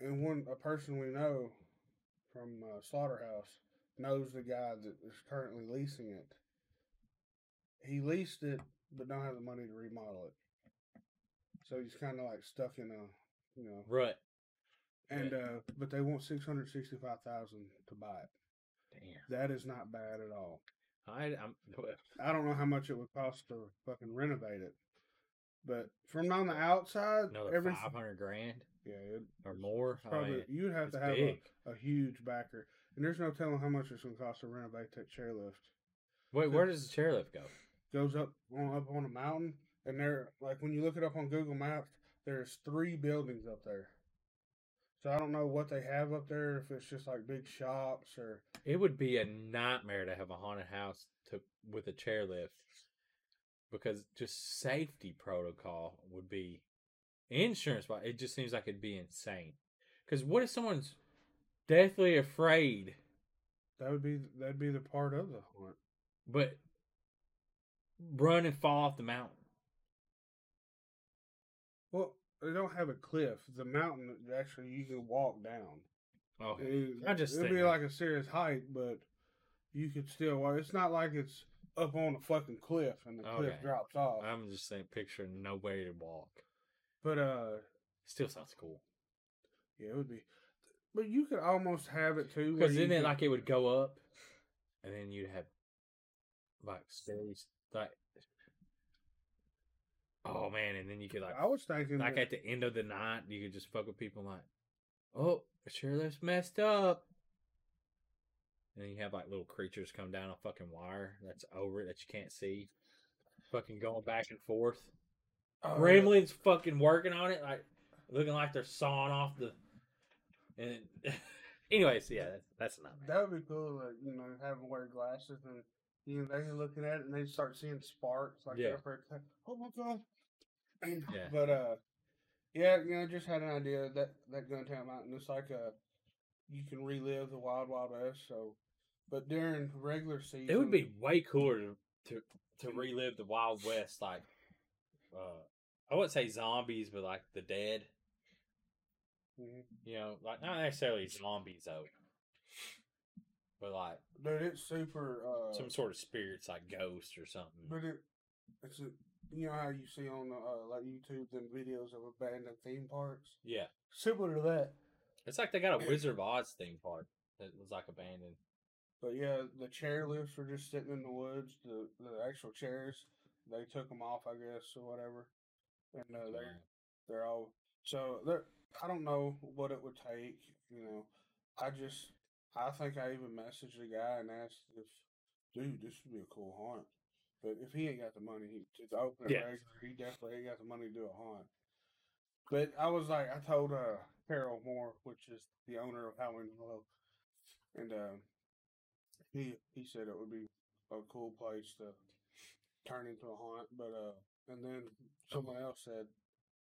Speaker 4: and one a person we know from uh, Slaughterhouse knows the guy that is currently leasing it. He leased it, but don't have the money to remodel it, so he's kind of like stuck in a, you know.
Speaker 3: Rut.
Speaker 4: And uh, but they want six hundred sixty-five thousand to buy it.
Speaker 3: Damn.
Speaker 4: That is not bad at all.
Speaker 3: I I'm
Speaker 4: I don't know how much it would cost to fucking renovate it, but from on the outside,
Speaker 3: another
Speaker 4: every
Speaker 3: five hundred grand
Speaker 4: yeah, it,
Speaker 3: or more. I
Speaker 4: probably
Speaker 3: mean,
Speaker 4: you'd have
Speaker 3: it's
Speaker 4: to have a,
Speaker 3: big.
Speaker 4: a huge backer. And there's no telling how much it's going to cost to renovate that chairlift.
Speaker 3: Wait, where does the chairlift go?
Speaker 4: Goes up on up on a mountain, and there, like when you look it up on Google Maps, there's three buildings up there. So I don't know what they have up there. If it's just like big shops or
Speaker 3: It would be a nightmare to have a haunted house to with a chairlift because just safety protocol would be insurance. wise, It just seems like it'd be insane. Because what if someone's deathly afraid,
Speaker 4: that would be that'd be the part of the haunt.
Speaker 3: but run and fall off the mountain?
Speaker 4: Well, they don't have a cliff. The mountain actually you can walk down.
Speaker 3: Okay,
Speaker 4: It,
Speaker 3: Oh, I just
Speaker 4: it'd
Speaker 3: think
Speaker 4: be like a serious hike, but you could still. Well, it's not like it's up on a fucking cliff and the cliff
Speaker 3: Okay. Um
Speaker 4: drops off.
Speaker 3: I'm just saying, picturing no way to walk.
Speaker 4: but uh,
Speaker 3: Still sounds cool.
Speaker 4: yeah, it would be. But you could almost have it too. where
Speaker 3: Because
Speaker 4: you
Speaker 3: then it
Speaker 4: could-
Speaker 3: like it would go up, and then you'd have like stairs, like oh man, and then you could like
Speaker 4: I was thinking
Speaker 3: like
Speaker 4: that-
Speaker 3: at the end of the night you could just fuck with people like, oh, the chairlift's messed up. And then you have like little creatures come down a fucking wire that's over it that you can't see, fucking going back and forth.
Speaker 4: Oh,
Speaker 3: Gremlins fucking working on it, like looking like they're sawing off the. And anyways, yeah, that's, that's not bad.
Speaker 4: That would be cool, like, you know, have them wear glasses and you know, they're looking at it and they start seeing sparks like
Speaker 3: Yeah.
Speaker 4: yeah. Oh my god.
Speaker 3: Yeah.
Speaker 4: But uh yeah, you know, I just had an idea that that Guntown Mountain it's like a you can relive the Wild Wild West, so but during regular season
Speaker 3: It would be way cooler to, to to relive the Wild West, like uh, I wouldn't say zombies, but like the dead.
Speaker 4: Mhm.
Speaker 3: You know, like not necessarily zombies though, but like
Speaker 4: mm-hmm, dude, it's super uh
Speaker 3: some sort of spirits, like ghosts or something.
Speaker 4: But it, it's a, you know how you see on uh, like YouTube them videos of abandoned theme parks,
Speaker 3: Yeah,
Speaker 4: similar to that.
Speaker 3: it's like they got a Wizard of Oz theme park that was like abandoned.
Speaker 4: But yeah, the chair lifts were just sitting in the woods. The the actual chairs, they took them off, I guess, or whatever. And uh, they they're all so they're. I don't know what it would take. You know, I just I think I even messaged the guy and asked if, dude, this would be a cool haunt. But if he ain't got the money, he, to open it
Speaker 3: Yeah.
Speaker 4: regular, he definitely ain't got the money to do a haunt. But I was like, I told uh, Carol Moore, which is the owner of Halloween Hello, and uh, he he said it would be a cool place to turn into a haunt. But uh, and then someone else said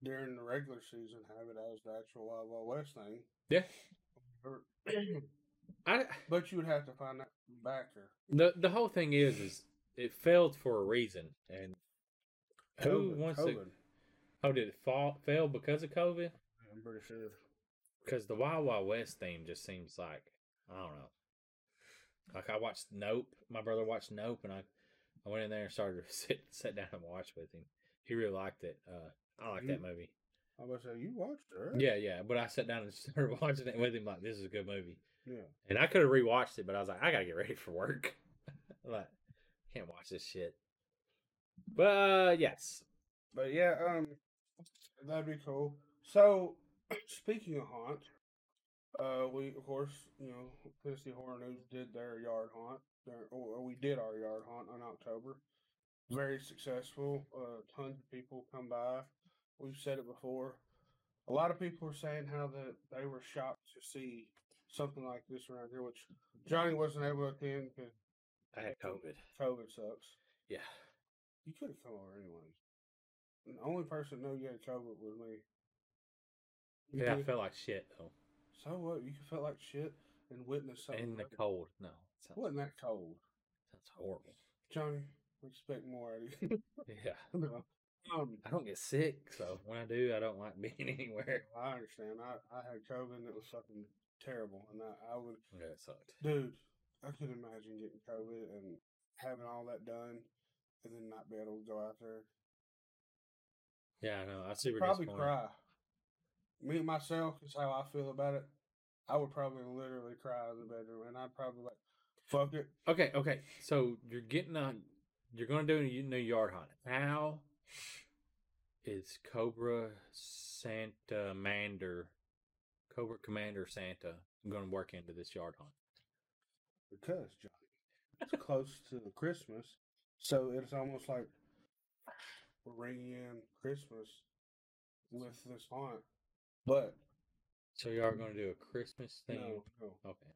Speaker 4: during the regular season have it as the actual Wild Wild West thing.
Speaker 3: Yeah.
Speaker 4: Or-
Speaker 3: I
Speaker 4: But you would have to find that backer.
Speaker 3: the the whole thing is is it failed for a reason, and who
Speaker 4: COVID,
Speaker 3: wants to?
Speaker 4: COVID,
Speaker 3: Oh, did it fall fail because of COVID?
Speaker 4: I'm pretty sure.
Speaker 3: because the Wild Wild West theme just seems like I don't know. Like I watched Nope. My brother watched Nope, and I, I went in there and started to sit sat down and watch with him. He really liked it. Uh, I like that movie.
Speaker 4: I was say you watched it. right?
Speaker 3: Yeah, yeah. But I sat down and started watching it with him. Like this is a good movie,
Speaker 4: Yeah.
Speaker 3: and I could have rewatched it, but I was like, I gotta get ready for work. like, can't watch this shit. But uh, yes,
Speaker 4: But yeah, um, that'd be cool. So, speaking of haunt, uh, we of course, you know, Tennessee Horror News did their yard haunt, their, or we did our yard haunt in October. Very successful. Uh, tons of people come by. We've said it before. A lot of people are saying how that they were shocked to see something like this around here, which Johnny wasn't able to attend because
Speaker 3: I had COVID.
Speaker 4: COVID sucks.
Speaker 3: Yeah,
Speaker 4: You could have come over anyways. The only person that knew you had COVID was me. You
Speaker 3: yeah. I
Speaker 4: did-
Speaker 3: felt like shit though,
Speaker 4: so what? You felt like shit and witnessed something.
Speaker 3: in the
Speaker 4: that
Speaker 3: cold. No, sounds,
Speaker 4: wasn't that cold,
Speaker 3: sounds horrible.
Speaker 4: Johnny? We expect more out of you.
Speaker 3: Yeah.
Speaker 4: No. um,
Speaker 3: I don't get sick, so when I do, I don't like being anywhere.
Speaker 4: I understand. I, I had COVID and it was fucking terrible, and I, I would
Speaker 3: Yeah, it sucked.
Speaker 4: Dude, I could imagine getting COVID and having all that done and then not be able to go out there.
Speaker 3: Yeah, I know. I super
Speaker 4: Probably
Speaker 3: disappointed.
Speaker 4: cry. Me myself is how I feel about it. I would probably literally cry in the bedroom and I'd probably like fuck it.
Speaker 3: Okay, okay. So you're getting a, you're gonna do a new yard hunt. How is Cobra Santa Mander, Cobra Commander Santa, gonna work into this yard hunt?
Speaker 4: Because Johnny, it's close to Christmas, so it's almost like we're bringing in Christmas with this haunt. But
Speaker 3: So you are gonna do a Christmas thing?
Speaker 4: no, no,
Speaker 3: Okay.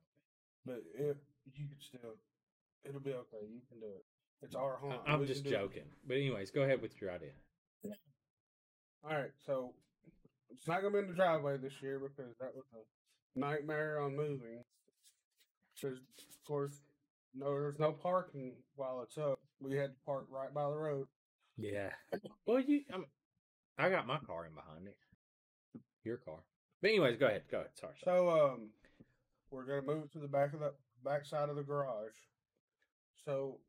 Speaker 4: but it you can still, it'll be okay. You can do it. It's our haunt.
Speaker 3: I- I'm
Speaker 4: We
Speaker 3: just
Speaker 4: can do it.
Speaker 3: joking. But anyways, go ahead with your idea.
Speaker 4: All right, so it's not gonna be in the driveway this year because that was a nightmare on moving. Because of course, no, there's no parking while it's up. We had to park right by the road.
Speaker 3: Yeah. Well, you, I, mean, I got my car in behind it. Your car. But anyways, go ahead. Go ahead. Sorry.
Speaker 4: So um, we're gonna move it to the back of the back side of the garage. So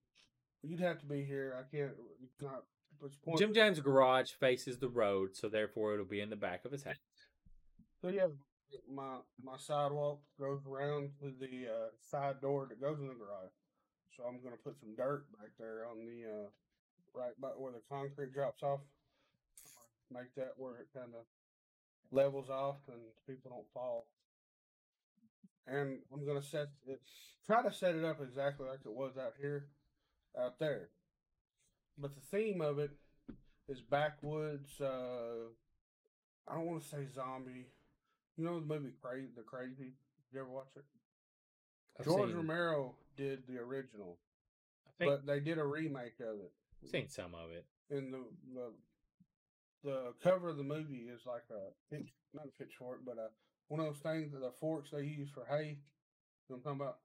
Speaker 4: you'd have to be here. I can't. It's not. It's point.
Speaker 3: Jim James' garage faces the road, so therefore it'll be in the back of his house.
Speaker 4: So yeah, my my sidewalk goes around to the uh, side door that goes in the garage. So I'm gonna put some dirt back there on the uh, right by where the concrete drops off. Make that where it kind of levels off and people don't fall. And I'm gonna set it, try to set it up exactly like it was out here, out there. But the theme of it is backwoods. Uh, I don't want to say zombie. You know the movie Crazy? The Crazy. You ever watch it?
Speaker 3: I've
Speaker 4: George
Speaker 3: seen,
Speaker 4: Romero did the original,
Speaker 3: I think
Speaker 4: but they did a remake of it.
Speaker 3: I've seen some of it.
Speaker 4: and the the the cover of the movie is like a pitch, not a pitchfork, but a one of those things that the forks they use for hay. You know what I'm talking about?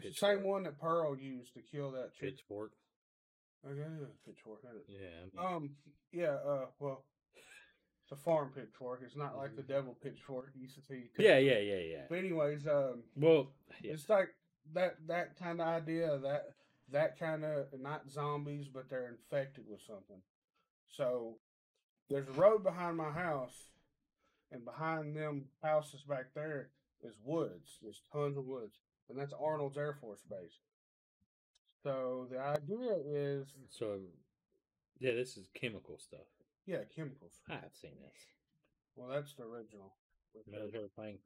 Speaker 4: It's the
Speaker 3: Pitchfork.
Speaker 4: same one that Pearl used to kill that chick.
Speaker 3: Pitchfork.
Speaker 4: Okay, yeah, pitchfork. isn't it?
Speaker 3: Yeah. I mean,
Speaker 4: Um, yeah. Uh, well, it's a farm pitchfork. It's not like the
Speaker 3: Mhm.
Speaker 4: devil pitchfork you used to see.
Speaker 3: yeah, yeah, yeah, yeah.
Speaker 4: But anyways, um,
Speaker 3: Well, yeah.
Speaker 4: it's like that that kind of idea that that kind of not zombies, but they're infected with something. So there's a road behind my house, and behind them houses back there is woods. There's tons of woods, and that's Arnold's Air Force Base. So the idea is,
Speaker 3: so yeah, this is chemical stuff.
Speaker 4: yeah, chemicals.
Speaker 3: I've seen this.
Speaker 4: Well, that's the original.
Speaker 3: Military plane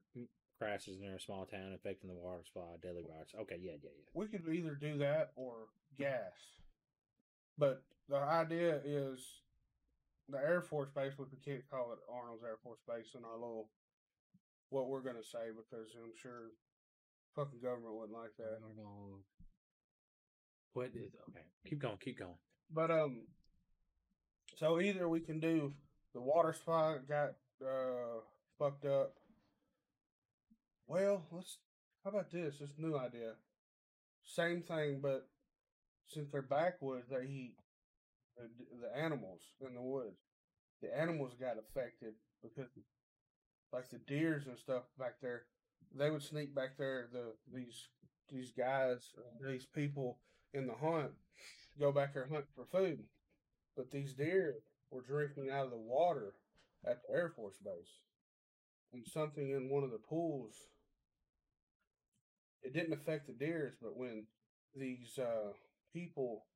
Speaker 3: crashes near a small town, affecting the water supply, deadly riots. Okay, yeah, yeah, yeah.
Speaker 4: we could either do that or gas. But the idea is the Air Force Base, which we can't call it Arnold's Air Force Base in our little what we're gonna say because I'm sure fucking government wouldn't like that.
Speaker 3: don't know. What is okay? Keep going, keep going.
Speaker 4: But um so either we can do the water supply got uh fucked up. Well, let's how about this? This new idea. Same thing, but since they're backwoods, they eat the, the animals in the woods. The animals got affected because, like the deers and stuff back there, they would sneak back there. The these these guys, these people in the hunt, go back there and hunt for food, but these deer were drinking out of the water at the Air Force Base, and something in one of the pools. It didn't affect the deers, but when these uh, people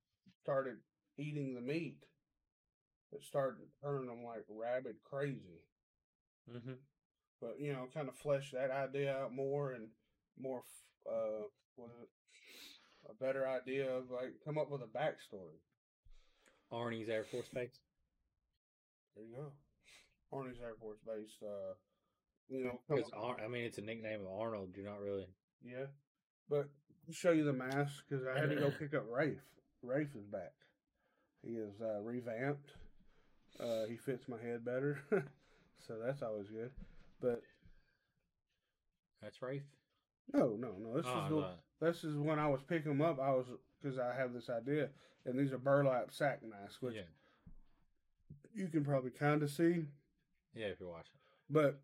Speaker 4: started eating the meat, it started turning them like rabid crazy.
Speaker 3: Mm-hmm.
Speaker 4: But you know, kind of flesh that idea out more and more. Uh, what is it? A better idea of like come up with a backstory.
Speaker 3: Arnie's Air Force Base.
Speaker 4: There you go. Arnie's Air Force Base. Uh, you know, come
Speaker 3: Because
Speaker 4: up-
Speaker 3: Ar- I mean, it's a nickname of Arnold. You're not really.
Speaker 4: yeah. But I'll show you the mask because I had to go pick up Rafe. Rafe is back. He is uh, revamped. Uh, he fits my head better, so that's always good. But
Speaker 3: That's Rafe.
Speaker 4: no, no, no. This
Speaker 3: Oh,
Speaker 4: is the,
Speaker 3: right.
Speaker 4: this is when I was picking him up. I was because I have this idea, and these are burlap sack masks, which
Speaker 3: yeah,
Speaker 4: you can probably kind of see,
Speaker 3: yeah. If you're watching,
Speaker 4: but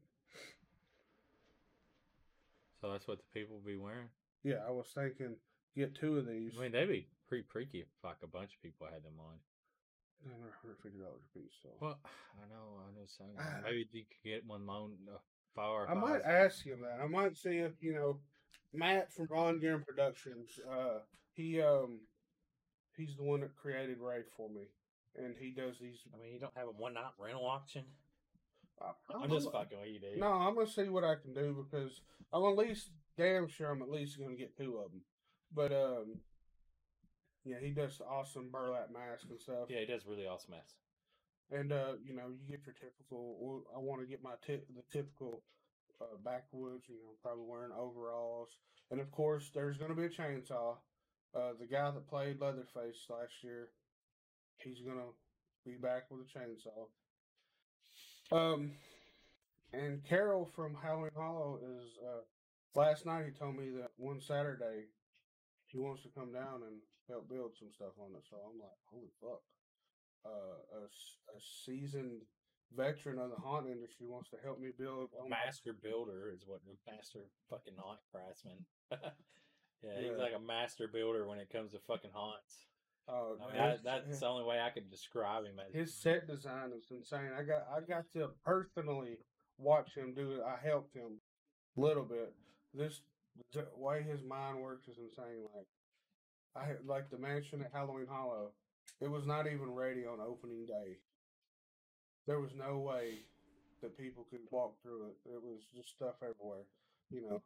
Speaker 3: so that's what the people be wearing.
Speaker 4: yeah, I was thinking get two of these.
Speaker 3: I mean, they'd be pretty freaky if like a bunch of people had them on.
Speaker 4: They're hundred fifty dollars a piece. So
Speaker 3: Well, I know, I know. Some,
Speaker 4: Ah.
Speaker 3: maybe you could get one loan. Uh, fire.
Speaker 4: I might ask him that. I might see if you know Matt from On Gearing Productions. Uh, he um, he's the one that created Ray for me, and he does these.
Speaker 3: I mean, you don't have a one night rental option.
Speaker 4: I,
Speaker 3: I'm just fucking with you, dude.
Speaker 4: No, I'm gonna see what I can do because I'm at least damn sure I'm at least gonna get two of them. But um, yeah, he does awesome burlap mask and stuff.
Speaker 3: Yeah, he does really awesome ass.
Speaker 4: And uh, you know, you get your typical. Well, I want to get my tip, the typical uh, backwoods. You know, probably wearing overalls. And of course, there's going to be a chainsaw. Uh, the guy that played Leatherface last year, he's going to be back with a chainsaw. Um, and Carol from Howling Hollow is. Uh, last night he told me that one Saturday he wants to come down and help build some stuff on it. So I'm like, holy fuck uh, a, s- a seasoned veteran of the haunt industry wants to help me build on my-
Speaker 3: Master builder is what master fucking haunt craftsman. yeah, he's
Speaker 4: Yeah.
Speaker 3: like a master builder when it comes to fucking haunts.
Speaker 4: Oh,
Speaker 3: I mean,
Speaker 4: man.
Speaker 3: that, that's the only way I could describe him. As,
Speaker 4: his set design is insane. I got I got to personally watch him do it. I helped him a little bit. This the way his mind works is insane. Like I had- like the mansion at Halloween Hollow. It was not even ready on opening day. There was no way that people could walk through it. It was just stuff everywhere. You know,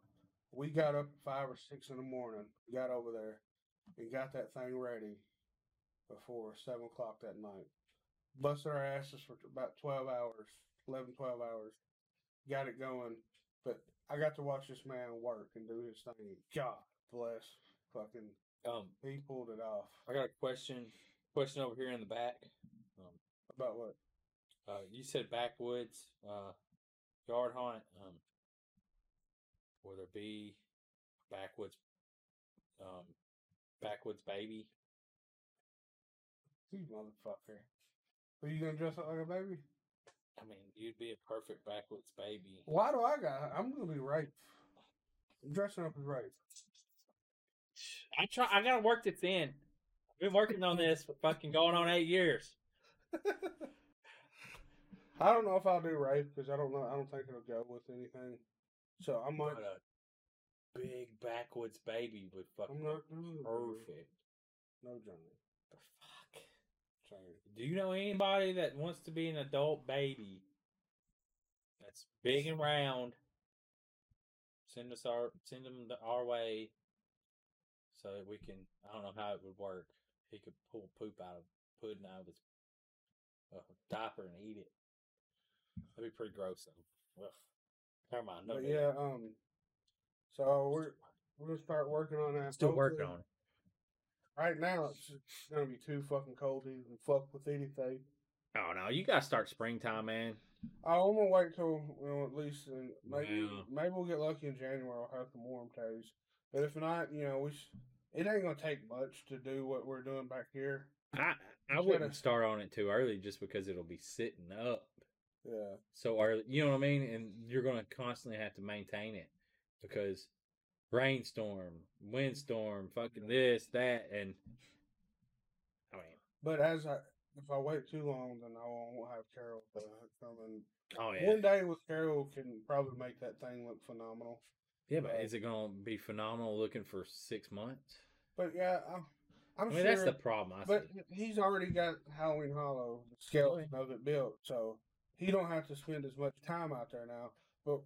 Speaker 4: we got up at five or six in the morning, got over there, and got that thing ready before seven o'clock that night busted our asses for about 12 hours, 11, 12 hours. Got it going. But I got to watch this man work and do his thing. God bless. Fucking,
Speaker 3: Um,
Speaker 4: he pulled it off.
Speaker 3: I got a question. Question over here in the back. Um,
Speaker 4: About what?
Speaker 3: uh, you said backwoods, uh, yard hunt. Um, will there be backwoods, um, backwoods baby?
Speaker 4: You motherfucker. Are you gonna dress up like a baby?
Speaker 3: I mean, you'd be a perfect backwoods baby.
Speaker 4: Why do I got? I'm gonna be right. Dressing up is right.
Speaker 3: I try. I gotta work this in. I've been working on this for fucking going on eight years.
Speaker 4: I don't know if I'll do right because I don't know. I don't think it'll go with anything. So I might.
Speaker 3: What a big backwoods baby would
Speaker 4: I'm
Speaker 3: fucking
Speaker 4: not doing it.
Speaker 3: perfect.
Speaker 4: No, Johnny.
Speaker 3: The fuck.
Speaker 4: Sorry.
Speaker 3: Do you know anybody that wants to be an adult baby? That's big and round. Send us our send them the, our way, so that we can. I don't know how it would work. He could pull poop out of pudding out of his uh, diaper and eat it. That'd be pretty gross. Though. Ugh. Never mind. No
Speaker 4: But
Speaker 3: big-
Speaker 4: yeah. Um. So we're we're gonna start working on that.
Speaker 3: still working
Speaker 4: Hopefully-
Speaker 3: on it.
Speaker 4: Right now, it's just gonna be too fucking cold to even fuck with anything.
Speaker 3: Oh no, you gotta start springtime, man.
Speaker 4: Oh, I'm gonna wait till you know, at least in, maybe
Speaker 3: Yeah.
Speaker 4: maybe we'll get lucky in January. I'll have some warm days, but if not, you know, we s it ain't gonna take much to do what we're doing back here.
Speaker 3: I I
Speaker 4: Should've-
Speaker 3: wouldn't start on it too early just because it'll be sitting up.
Speaker 4: Yeah,
Speaker 3: so early. You know what I mean? And you're going to constantly have to maintain it because rainstorm, windstorm, fucking this, that, and I mean,
Speaker 4: but as I if I wait too long, then I won't have Carol uh, coming.
Speaker 3: oh yeah,
Speaker 4: One day with Carol can probably make that thing look phenomenal.
Speaker 3: yeah.
Speaker 4: Uh
Speaker 3: But is it going to be phenomenal looking for six months?
Speaker 4: But yeah, I'm,
Speaker 3: I
Speaker 4: I'm
Speaker 3: mean,
Speaker 4: sure.
Speaker 3: that's the problem. I
Speaker 4: But
Speaker 3: see.
Speaker 4: he's already got Halloween Hollow the skeleton of it built, so he don't have to spend as much time out there now. But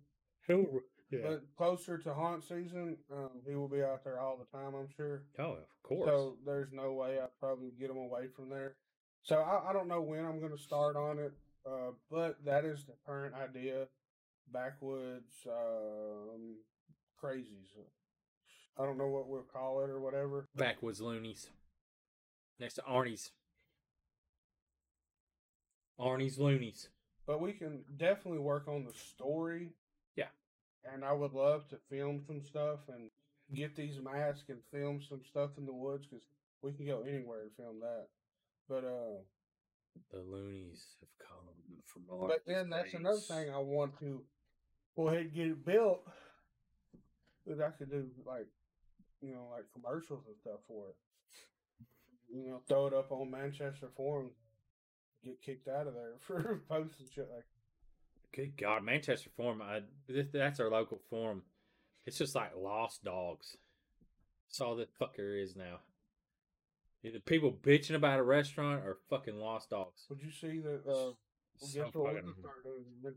Speaker 3: Who?
Speaker 4: but closer to haunt season, um, he will be out there all the time, I'm sure.
Speaker 3: Oh, of course.
Speaker 4: So there's no way I'd probably get him away from there. So I, I don't know when I'm going to start on it, uh, but that is the current idea. Backwoods um, crazies. I don't know what we'll call it or whatever.
Speaker 3: Backwoods loonies. Next to Arnie's. Arnie's loonies.
Speaker 4: But we can definitely work on the story.
Speaker 3: Yeah.
Speaker 4: And I would love to film some stuff and get these masks and film some stuff in the woods because we can go anywhere and film that. But uh,
Speaker 3: The loonies have come from Arnie's.
Speaker 4: but then that's another
Speaker 3: place.
Speaker 4: thing I want to go ahead and get it built. That I could do like, you know, like commercials and stuff for it. You know, throw it up on Manchester Forum, get kicked out of there for posting shit like.
Speaker 3: Good God, Manchester Forum. I, th- that's our local forum. It's just like lost dogs. That's all that fucker is now. Either people bitching about a restaurant or fucking lost dogs.
Speaker 4: Would you see that? Uh, Well,
Speaker 3: So
Speaker 4: guess what we're
Speaker 3: fucking-
Speaker 4: gonna start doing is look-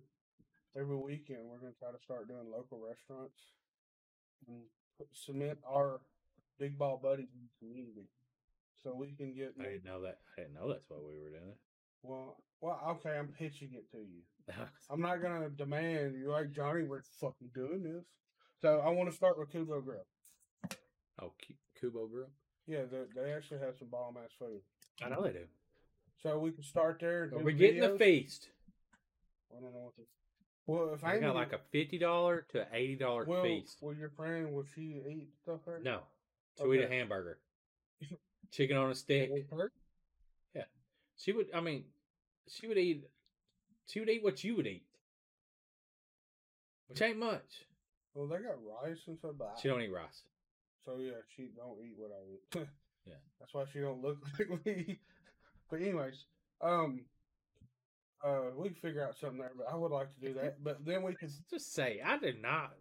Speaker 4: every weekend. We're gonna try to start doing local restaurants and put, cement our big ball buddies in the community, so we can get.
Speaker 3: I didn't know that. I didn't know that's what we were doing.
Speaker 4: Well, well, okay. I'm pitching it to you. I'm not gonna demand you like Johnny. We're fucking doing this. So I want to start with Kubo Grill.
Speaker 3: oh, Cu- Kubo Grill.
Speaker 4: Yeah, they, they actually have some bomb ass food.
Speaker 3: I know they do.
Speaker 4: So we can start there. and
Speaker 3: Are
Speaker 4: do
Speaker 3: we getting the
Speaker 4: videos.
Speaker 3: feast?
Speaker 4: I don't know what the. Well, if I
Speaker 3: I got
Speaker 4: ain't-
Speaker 3: like a fifty dollar to eighty dollar
Speaker 4: will,
Speaker 3: feast.
Speaker 4: will your friend will she eat stuff there?
Speaker 3: No, to eat a
Speaker 4: Okay.
Speaker 3: hamburger, chicken on a stick.
Speaker 4: Will her?
Speaker 3: She would. I mean, she would eat. She would eat what you would eat, which ain't much.
Speaker 4: Well, they got rice and stuff, but I-
Speaker 3: She don't eat rice.
Speaker 4: so yeah, she don't eat what I eat.
Speaker 3: Yeah.
Speaker 4: that's why she don't look like me. But anyways, um, uh, we can figure out something there. But I would like to do that. But then we can,
Speaker 3: Just say I did not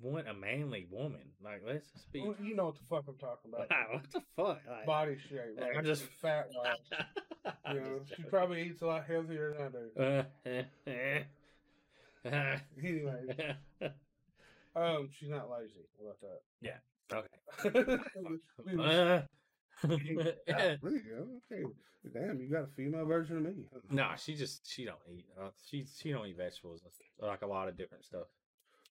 Speaker 3: want a manly woman. Like let's just be.
Speaker 4: well, you know what the fuck I'm talking about?
Speaker 3: Wow, what the fuck? Like,
Speaker 4: Body shape,
Speaker 3: I'm
Speaker 4: right? I'm
Speaker 3: just-
Speaker 4: just fat. Right?
Speaker 3: I'm
Speaker 4: You know,
Speaker 3: just
Speaker 4: she
Speaker 3: joking.
Speaker 4: probably eats a lot healthier than I do.
Speaker 3: Uh, eh, eh. Uh,
Speaker 4: Anyways, um, she's not lazy. How about that?
Speaker 3: okay.
Speaker 4: We-
Speaker 3: Uh, Yeah.
Speaker 4: There you go. Okay. Damn, you got a female version of me.
Speaker 3: Nah, she just she don't eat. Uh, she she don't eat vegetables. Like a lot of different stuff.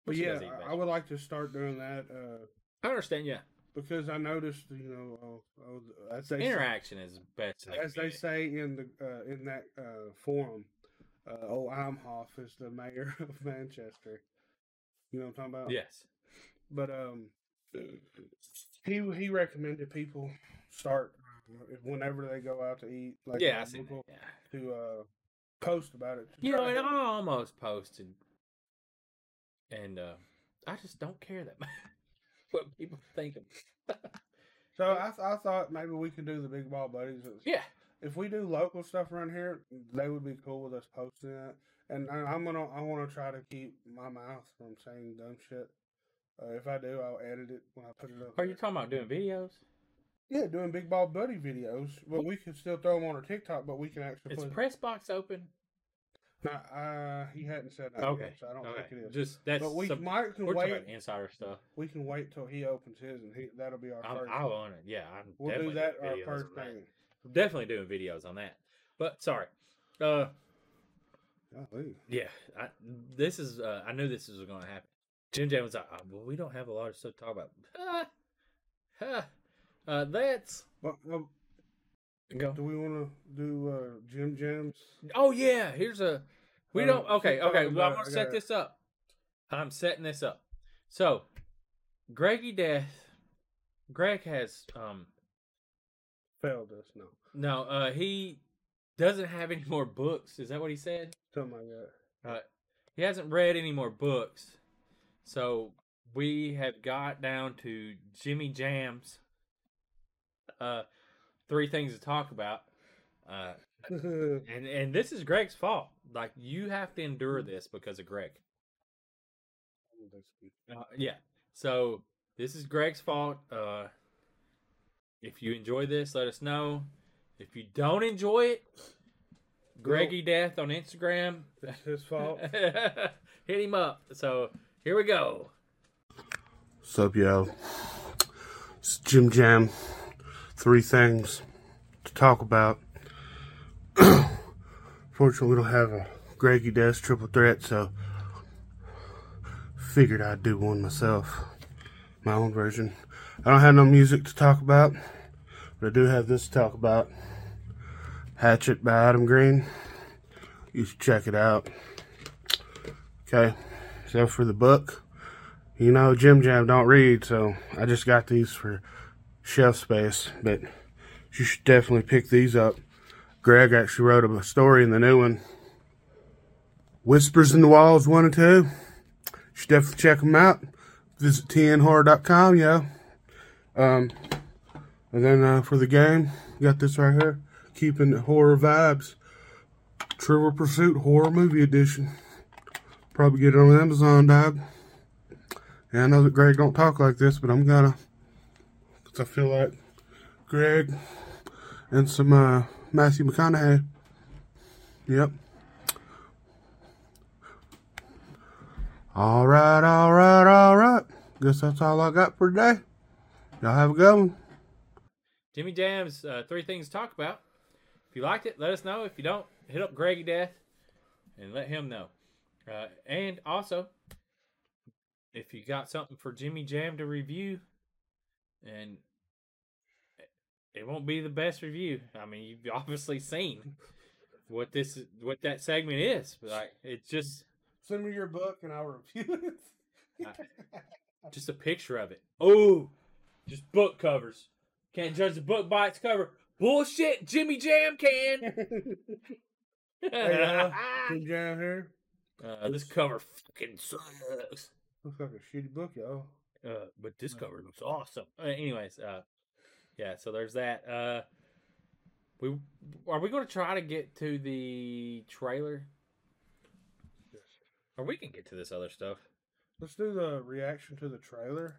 Speaker 4: But
Speaker 3: she
Speaker 4: yeah,
Speaker 3: does eat
Speaker 4: I, I would like to start doing that uh,
Speaker 3: I understand. Yeah,
Speaker 4: because I noticed, you know, oh, oh, as they say,
Speaker 3: interaction is best. they
Speaker 4: as
Speaker 3: can
Speaker 4: they
Speaker 3: get.
Speaker 4: say in the uh, in that uh, forum, uh, oh, Imhoff is the mayor of Manchester. You know what I'm talking about?
Speaker 3: Yes.
Speaker 4: But um, he he recommended people start uh, whenever they go out to eat. Like
Speaker 3: yeah,
Speaker 4: on
Speaker 3: I seen that.
Speaker 4: Google,
Speaker 3: Yeah.
Speaker 4: to uh, post about it. to
Speaker 3: You
Speaker 4: try
Speaker 3: know,
Speaker 4: to
Speaker 3: and
Speaker 4: help
Speaker 3: I almost posted, and uh, I just don't care that much what people think of.
Speaker 4: So I, th- I thought maybe we could do the big ball buddies.
Speaker 3: Yeah,
Speaker 4: If we do local stuff around here, they would be cool with us posting it. And I, I'm gonna I want to try to keep my mouth from saying dumb shit. Uh, if I do, I'll edit it when I put it up.
Speaker 3: are you
Speaker 4: there.
Speaker 3: talking about doing videos?
Speaker 4: yeah, doing big ball buddy videos, but we can still throw them on our TikTok. But we can actually.
Speaker 3: Is
Speaker 4: put-
Speaker 3: press box open?
Speaker 4: Nah, uh, he hadn't said that.
Speaker 3: Okay,
Speaker 4: Yet, so I don't
Speaker 3: okay.
Speaker 4: think it is.
Speaker 3: Just that's
Speaker 4: but we
Speaker 3: some-
Speaker 4: might can
Speaker 3: we're talking
Speaker 4: wait.
Speaker 3: about insider stuff.
Speaker 4: We can wait till he opens his, and he, that'll be our
Speaker 3: I'm,
Speaker 4: first.
Speaker 3: I'll own it. Yeah, I'm
Speaker 4: we'll do
Speaker 3: definitely
Speaker 4: that our
Speaker 3: doing videos
Speaker 4: first
Speaker 3: on that.
Speaker 4: thing.
Speaker 3: I'm definitely doing videos on that. But sorry, uh,
Speaker 4: Golly.
Speaker 3: Yeah, I, this is. Uh, I knew this was going to happen. Jim Jam was like, "Uh, "Well, we don't have a lot of stuff to talk about." Ah, ah, uh, that's
Speaker 4: But, um,
Speaker 3: go.
Speaker 4: Do we want to do uh, Jim Jams?
Speaker 3: Oh yeah, here's a. We
Speaker 4: Hold on,
Speaker 3: don't. Okay,
Speaker 4: keep talking
Speaker 3: okay. Well,
Speaker 4: about
Speaker 3: I'm
Speaker 4: it,
Speaker 3: gonna
Speaker 4: I
Speaker 3: set
Speaker 4: gotta-
Speaker 3: this up. I'm setting this up. So, Greggy Death. Greg has um
Speaker 4: Failed us, no.
Speaker 3: no uh he doesn't have any more books. Is that what he said?
Speaker 4: Something like that.
Speaker 3: Uh, he hasn't read any more books, so we have got down to Jimmy Jam's uh, three things to talk about, uh, and and this is Greg's fault. Like you have to endure this because of Greg. Uh, yeah. So this is Greg's fault. Uh, if you enjoy this, let us know. If you don't enjoy it, Greggy Death on Instagram.
Speaker 4: it's his fault.
Speaker 3: Hit him up. So here we go.
Speaker 4: Sup, yo. It's Jim Jam. Three things to talk about. Fortunately, we don't have a Greggy Desk triple threat, so figured I'd do one myself. My own version. I don't have no music to talk about, but I do have this to talk about. Hatchet by Adam Green. You should check it out. Okay, so for the book. You know, Jim Jam don't read, so I just got these for shelf space. But you should definitely pick these up. Greg actually wrote a story in the new one, Whispers in the Walls one and two. You should definitely check them out. Visit tnhorror.com, yo. Um, and then uh, for the game, got this right here, keeping it horror vibes. Trivial Pursuit Horror Movie Edition. Probably get it on Amazon, dog. Yeah, I know that Greg don't talk like this, but I'm gonna. 'Cause I feel like Greg and some uh, Matthew McConaughey. Yep. All right, all right, all right. Guess that's all I got for today. Y'all have a good one.
Speaker 3: Jimmy Jam's uh, three things to talk about. If you liked it, let us know. If you don't, hit up Greggy Death and let him know. Uh, and also, if you got something for Jimmy Jam to review, and it won't be the best review. I mean, you've obviously seen what this is, what that segment is. But, Like it's just
Speaker 4: Send me your book and I'll review it.
Speaker 3: just a picture of it. Oh, just book covers. Can't judge the book by its cover. Bullshit, Jimmy Jam can.
Speaker 4: hey, uh,
Speaker 3: Ah.
Speaker 4: Jim Jam here.
Speaker 3: Uh, this cover fucking sucks.
Speaker 4: Looks like a shitty book, y'all.
Speaker 3: Uh, but this cover looks awesome. Uh, anyways, uh, yeah. So there's that. Uh, we are we going to try to get to the trailer, or we can get to this other stuff.
Speaker 4: Let's do the reaction to the trailer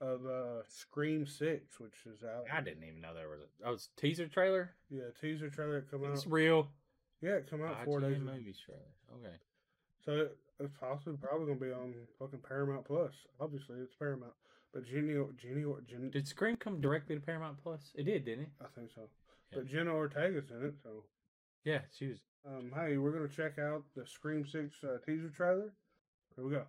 Speaker 4: of uh, Scream Six, which is out.
Speaker 3: I didn't even know there was a oh, it's a teaser trailer.
Speaker 4: Yeah, teaser trailer it come out.
Speaker 3: It's real.
Speaker 4: Yeah, it come out four
Speaker 3: IGN
Speaker 4: days. ago.
Speaker 3: movies trailer. Okay.
Speaker 4: So it, it's possibly probably gonna be on fucking Paramount Plus. Obviously, it's Paramount. But Jenny, Or- Jenny, Or- Jen,
Speaker 3: Did Scream come directly to Paramount Plus? It did, didn't it?
Speaker 4: I think so.
Speaker 3: Yeah.
Speaker 4: But Jenna Ortega's in it, so.
Speaker 3: Yeah, she was.
Speaker 4: Um, hey, we're gonna check out the Scream Six uh, teaser trailer. Here we go.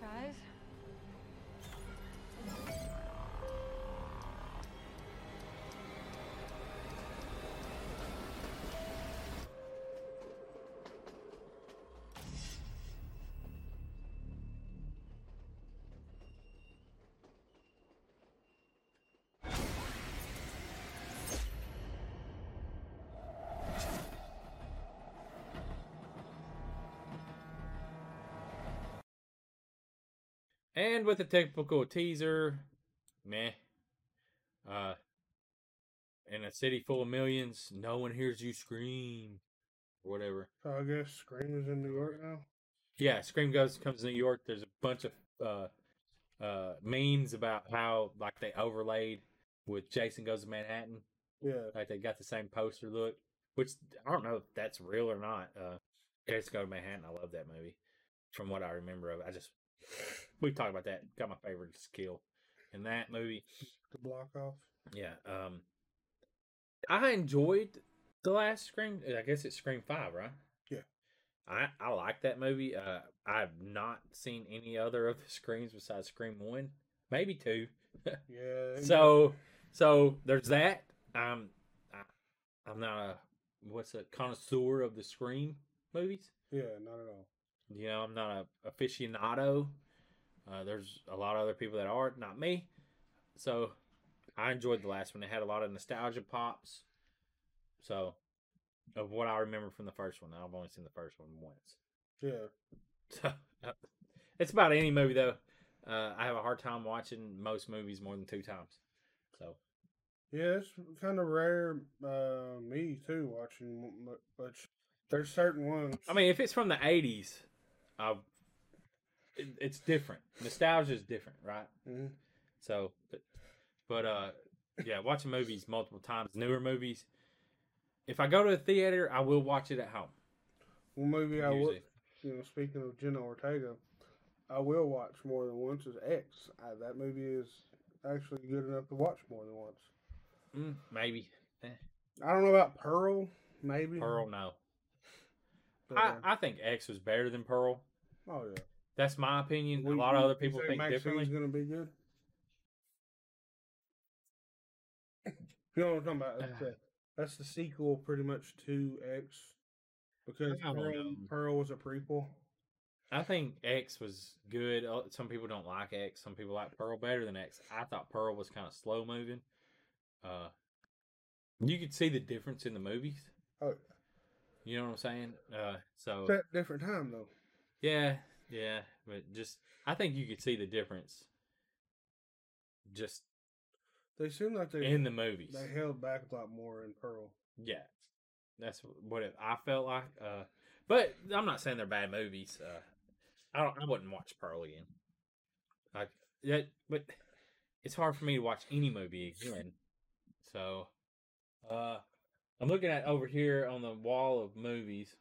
Speaker 5: Guys?
Speaker 3: And with a typical teaser, meh. Uh, in a city full of millions, no one hears you scream, or whatever.
Speaker 4: So I guess Scream is in New York now.
Speaker 3: Yeah, Scream goes comes to New York. There's a bunch of uh, uh, memes about how like they overlaid with Jason Goes to Manhattan.
Speaker 4: Yeah,
Speaker 3: Like they got the same poster look, which I don't know if that's real or not. Uh, Jason Go to Manhattan, I love that movie. From what I remember of it, I just we talked about that. Got my favorite skill in that movie.
Speaker 4: the block off.
Speaker 3: Yeah, um, I enjoyed the last Scream. I guess it's Scream Five, right?
Speaker 4: Yeah.
Speaker 3: I I like that movie. Uh, I've not seen any other of the Screams besides Scream One, maybe two.
Speaker 4: Yeah.
Speaker 3: So, so there's that. Um, I, I'm not a what's a connoisseur of the Scream movies.
Speaker 4: yeah, not at all.
Speaker 3: You know, I'm not a aficionado. Uh, there's a lot of other people that are, not me. So, I enjoyed the last one. It had a lot of nostalgia pops. So, of what I remember from the first one, I've only seen the first one once.
Speaker 4: Yeah,
Speaker 3: So, uh, it's about any movie though. Uh, I have a hard time watching most movies more than two times. So,
Speaker 4: yeah, it's kind of rare. Uh, me too. Watching mu- mu- much. There's certain ones.
Speaker 3: I mean, if it's from the '80s, uh, it, it's different. Nostalgia is different, right?
Speaker 4: Mhm.
Speaker 3: So, but, but uh, yeah, watching movies multiple times, newer movies. If I go to a theater, I will watch it at home.
Speaker 4: One movie I would,
Speaker 3: Usually.
Speaker 4: you know, speaking of Jenna Ortega, I will watch more than once is X. I, that movie is actually good enough to watch more than once.
Speaker 3: Mm, maybe
Speaker 4: I don't know about Pearl, maybe.
Speaker 3: Pearl, no.
Speaker 4: but,
Speaker 3: I,
Speaker 4: uh,
Speaker 3: I think X was better than Pearl.
Speaker 4: oh yeah.
Speaker 3: That's my opinion. A
Speaker 4: We-
Speaker 3: lot of
Speaker 4: we-
Speaker 3: other
Speaker 4: you
Speaker 3: people
Speaker 4: say
Speaker 3: think
Speaker 4: Maxine's
Speaker 3: differently.
Speaker 4: Gonna be good. You know what I'm talking about?
Speaker 3: Uh,
Speaker 4: That's, the, that's the sequel, pretty much to X, because
Speaker 3: I don't
Speaker 4: Pearl,
Speaker 3: know.
Speaker 4: Pearl was a prequel.
Speaker 3: I think X was good. Uh, Some people don't like X. Some people like Pearl better than X. I thought Pearl was kind of slow moving. Uh, you could see the difference in the movies.
Speaker 4: Oh,
Speaker 3: You know what I'm saying? Uh, so
Speaker 4: set different time though.
Speaker 3: yeah, yeah. But just I think you could see the difference. Just
Speaker 4: They seem like they
Speaker 3: in the movies.
Speaker 4: they held back a lot more in Pearl.
Speaker 3: Yeah, that's what it, I felt like. Uh, but I'm not saying they're bad movies. Uh, I don't. I wouldn't watch Pearl again. Like that, but it's hard for me to watch any movie again. So, uh, I'm looking at over here on the wall of movies.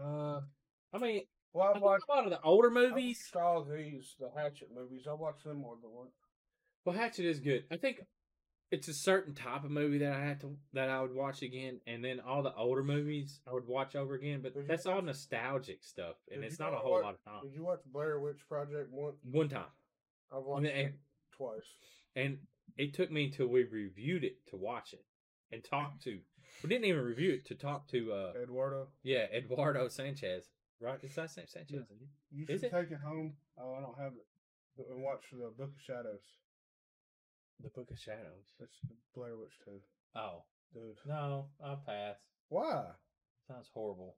Speaker 3: Uh, I mean,
Speaker 4: Well,
Speaker 3: I
Speaker 4: I've
Speaker 3: think a
Speaker 4: watched
Speaker 3: lot of the older
Speaker 4: I've
Speaker 3: movies.
Speaker 4: watched all these the Hatchet movies. I watched them more than once.
Speaker 3: Well, Hatchet is good. I think it's a certain type of movie that I had to that I would watch again, and then all the older movies I would watch over again. But
Speaker 4: Did you
Speaker 3: that's all
Speaker 4: watch-
Speaker 3: nostalgic stuff, and
Speaker 4: did
Speaker 3: it's
Speaker 4: you
Speaker 3: not a
Speaker 4: watch-
Speaker 3: whole lot of
Speaker 4: Did
Speaker 3: time.
Speaker 4: you watch Blair Witch Project once?
Speaker 3: One time,
Speaker 4: I've watched it
Speaker 3: and-
Speaker 4: twice.
Speaker 3: and it took me until we reviewed it to watch it and talk to. We didn't even review it to talk to. uh
Speaker 4: Eduardo,
Speaker 3: Yeah, Eduardo Sanchez. Right? Is that Sanchez?
Speaker 4: you
Speaker 3: Is
Speaker 4: should
Speaker 3: it?
Speaker 4: take it home. Oh, I don't have it. And watch the Book of Shadows.
Speaker 3: The Book of Shadows.
Speaker 4: That's Blair Witch too,
Speaker 3: Oh
Speaker 4: dude.
Speaker 3: no, I'll pass.
Speaker 4: Why?
Speaker 3: Sounds horrible.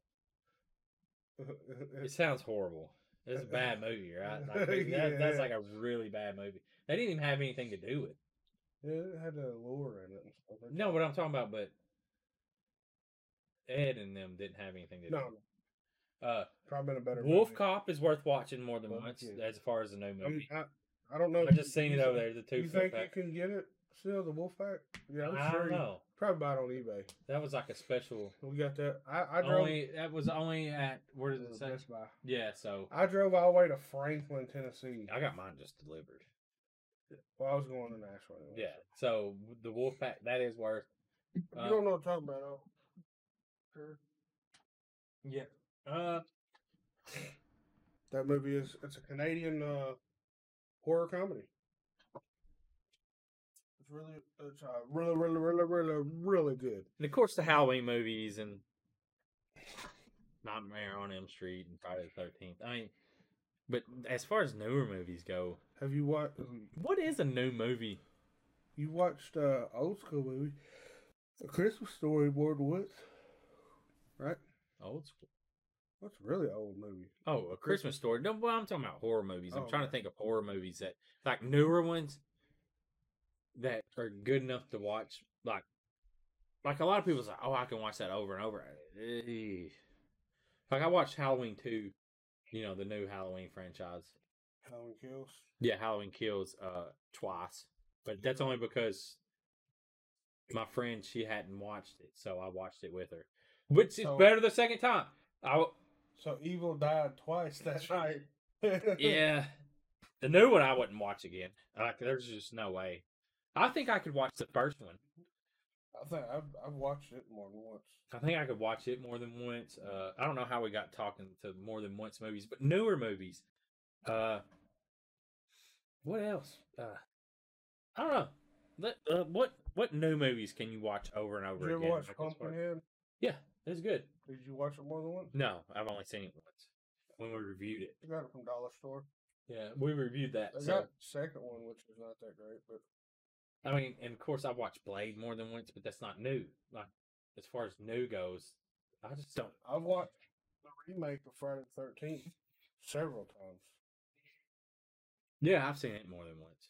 Speaker 3: It sounds horrible. It's a bad movie, right? Like, they- that- That's like a really bad movie. They didn't even have anything to do with. it.
Speaker 4: It had a lore in it. and stuff. It-
Speaker 3: No, what I'm talking about, but Ed and them didn't have anything to do.
Speaker 4: no,
Speaker 3: with it. Uh,
Speaker 4: probably been a better
Speaker 3: Wolf
Speaker 4: movie.
Speaker 3: Cop is worth watching more than
Speaker 4: Well,
Speaker 3: once,
Speaker 4: yeah.
Speaker 3: as far as the new
Speaker 4: I'm-
Speaker 3: movie.
Speaker 4: I, I don't know.
Speaker 3: I
Speaker 4: if
Speaker 3: just
Speaker 4: you-
Speaker 3: seen
Speaker 4: you
Speaker 3: it over
Speaker 4: think-
Speaker 3: there. The two.
Speaker 4: You
Speaker 3: foot
Speaker 4: think
Speaker 3: pack.
Speaker 4: you can get it still? The wolf pack? Yeah, I'm
Speaker 3: I
Speaker 4: sure.
Speaker 3: don't
Speaker 4: you-
Speaker 3: know.
Speaker 4: Probably buy it on eBay.
Speaker 3: That was like a special.
Speaker 4: We got that. I, I drove
Speaker 3: Only that was only at where does
Speaker 4: uh,
Speaker 3: it say?
Speaker 4: Best Buy.
Speaker 3: Yeah, so
Speaker 4: I drove all the way to Franklin, Tennessee.
Speaker 3: I got mine just delivered.
Speaker 4: Well, I was going to Nashville. anyway,
Speaker 3: Yeah,
Speaker 4: so.
Speaker 3: so the wolf pack that is worth.
Speaker 4: Oh, you
Speaker 3: Uh,
Speaker 4: don't know what I'm talking about. I'll- Sure.
Speaker 3: yeah. Uh,
Speaker 4: That movie is it's a Canadian uh, horror comedy. It's really it's uh, really really really really really good.
Speaker 3: and of course the Halloween movies and Nightmare on Elm Street and Friday the Thirteenth. I mean, but as far as newer movies go,
Speaker 4: Have you watched
Speaker 3: what is a new movie?
Speaker 4: you watched uh old school movie, A Christmas Story, Board Woods, right?
Speaker 3: Old school.
Speaker 4: That's a really old movie.
Speaker 3: Oh, a Christmas story. No, well, I'm talking about horror movies. I'm
Speaker 4: Oh,
Speaker 3: trying to think of horror movies that like newer ones that are good enough to watch. Like, like a lot of people's like, oh, I can watch that over and over. Eh. Like I watched Halloween two, you know, the new Halloween franchise.
Speaker 4: Halloween Kills.
Speaker 3: Yeah, Halloween Kills uh twice, but that's only because my friend she hadn't watched it, so I watched it with her, which is
Speaker 4: So-
Speaker 3: better the second time. I
Speaker 4: So Evil died twice. That's right.
Speaker 3: yeah. The new one I wouldn't watch again. Like, there's just no way. I think I could watch the first one.
Speaker 4: I think I've, I've watched it more than once.
Speaker 3: I think I could watch it more than once. Uh, I don't know how we got talking to more than once movies, but newer movies. Uh, what else? Uh, I don't know. Let, uh, what what new movies can you watch over and over
Speaker 4: Did you
Speaker 3: again?
Speaker 4: ever watch
Speaker 3: Like, it's hard-
Speaker 4: Pumpkinhead?
Speaker 3: Yeah, it's good.
Speaker 4: Did you watch it more than once?
Speaker 3: No, I've only seen it once when we reviewed it.
Speaker 4: You got it from Dollar Store.
Speaker 3: Yeah, we reviewed that.
Speaker 4: They
Speaker 3: so-
Speaker 4: got second one, which is not that great, but
Speaker 3: I mean, and of course, I watched Blade more than once, but that's not new. Like, as far as new goes, I just don't.
Speaker 4: I've watched the remake of Friday the Thirteenth several times.
Speaker 3: Yeah, I've seen it more than once.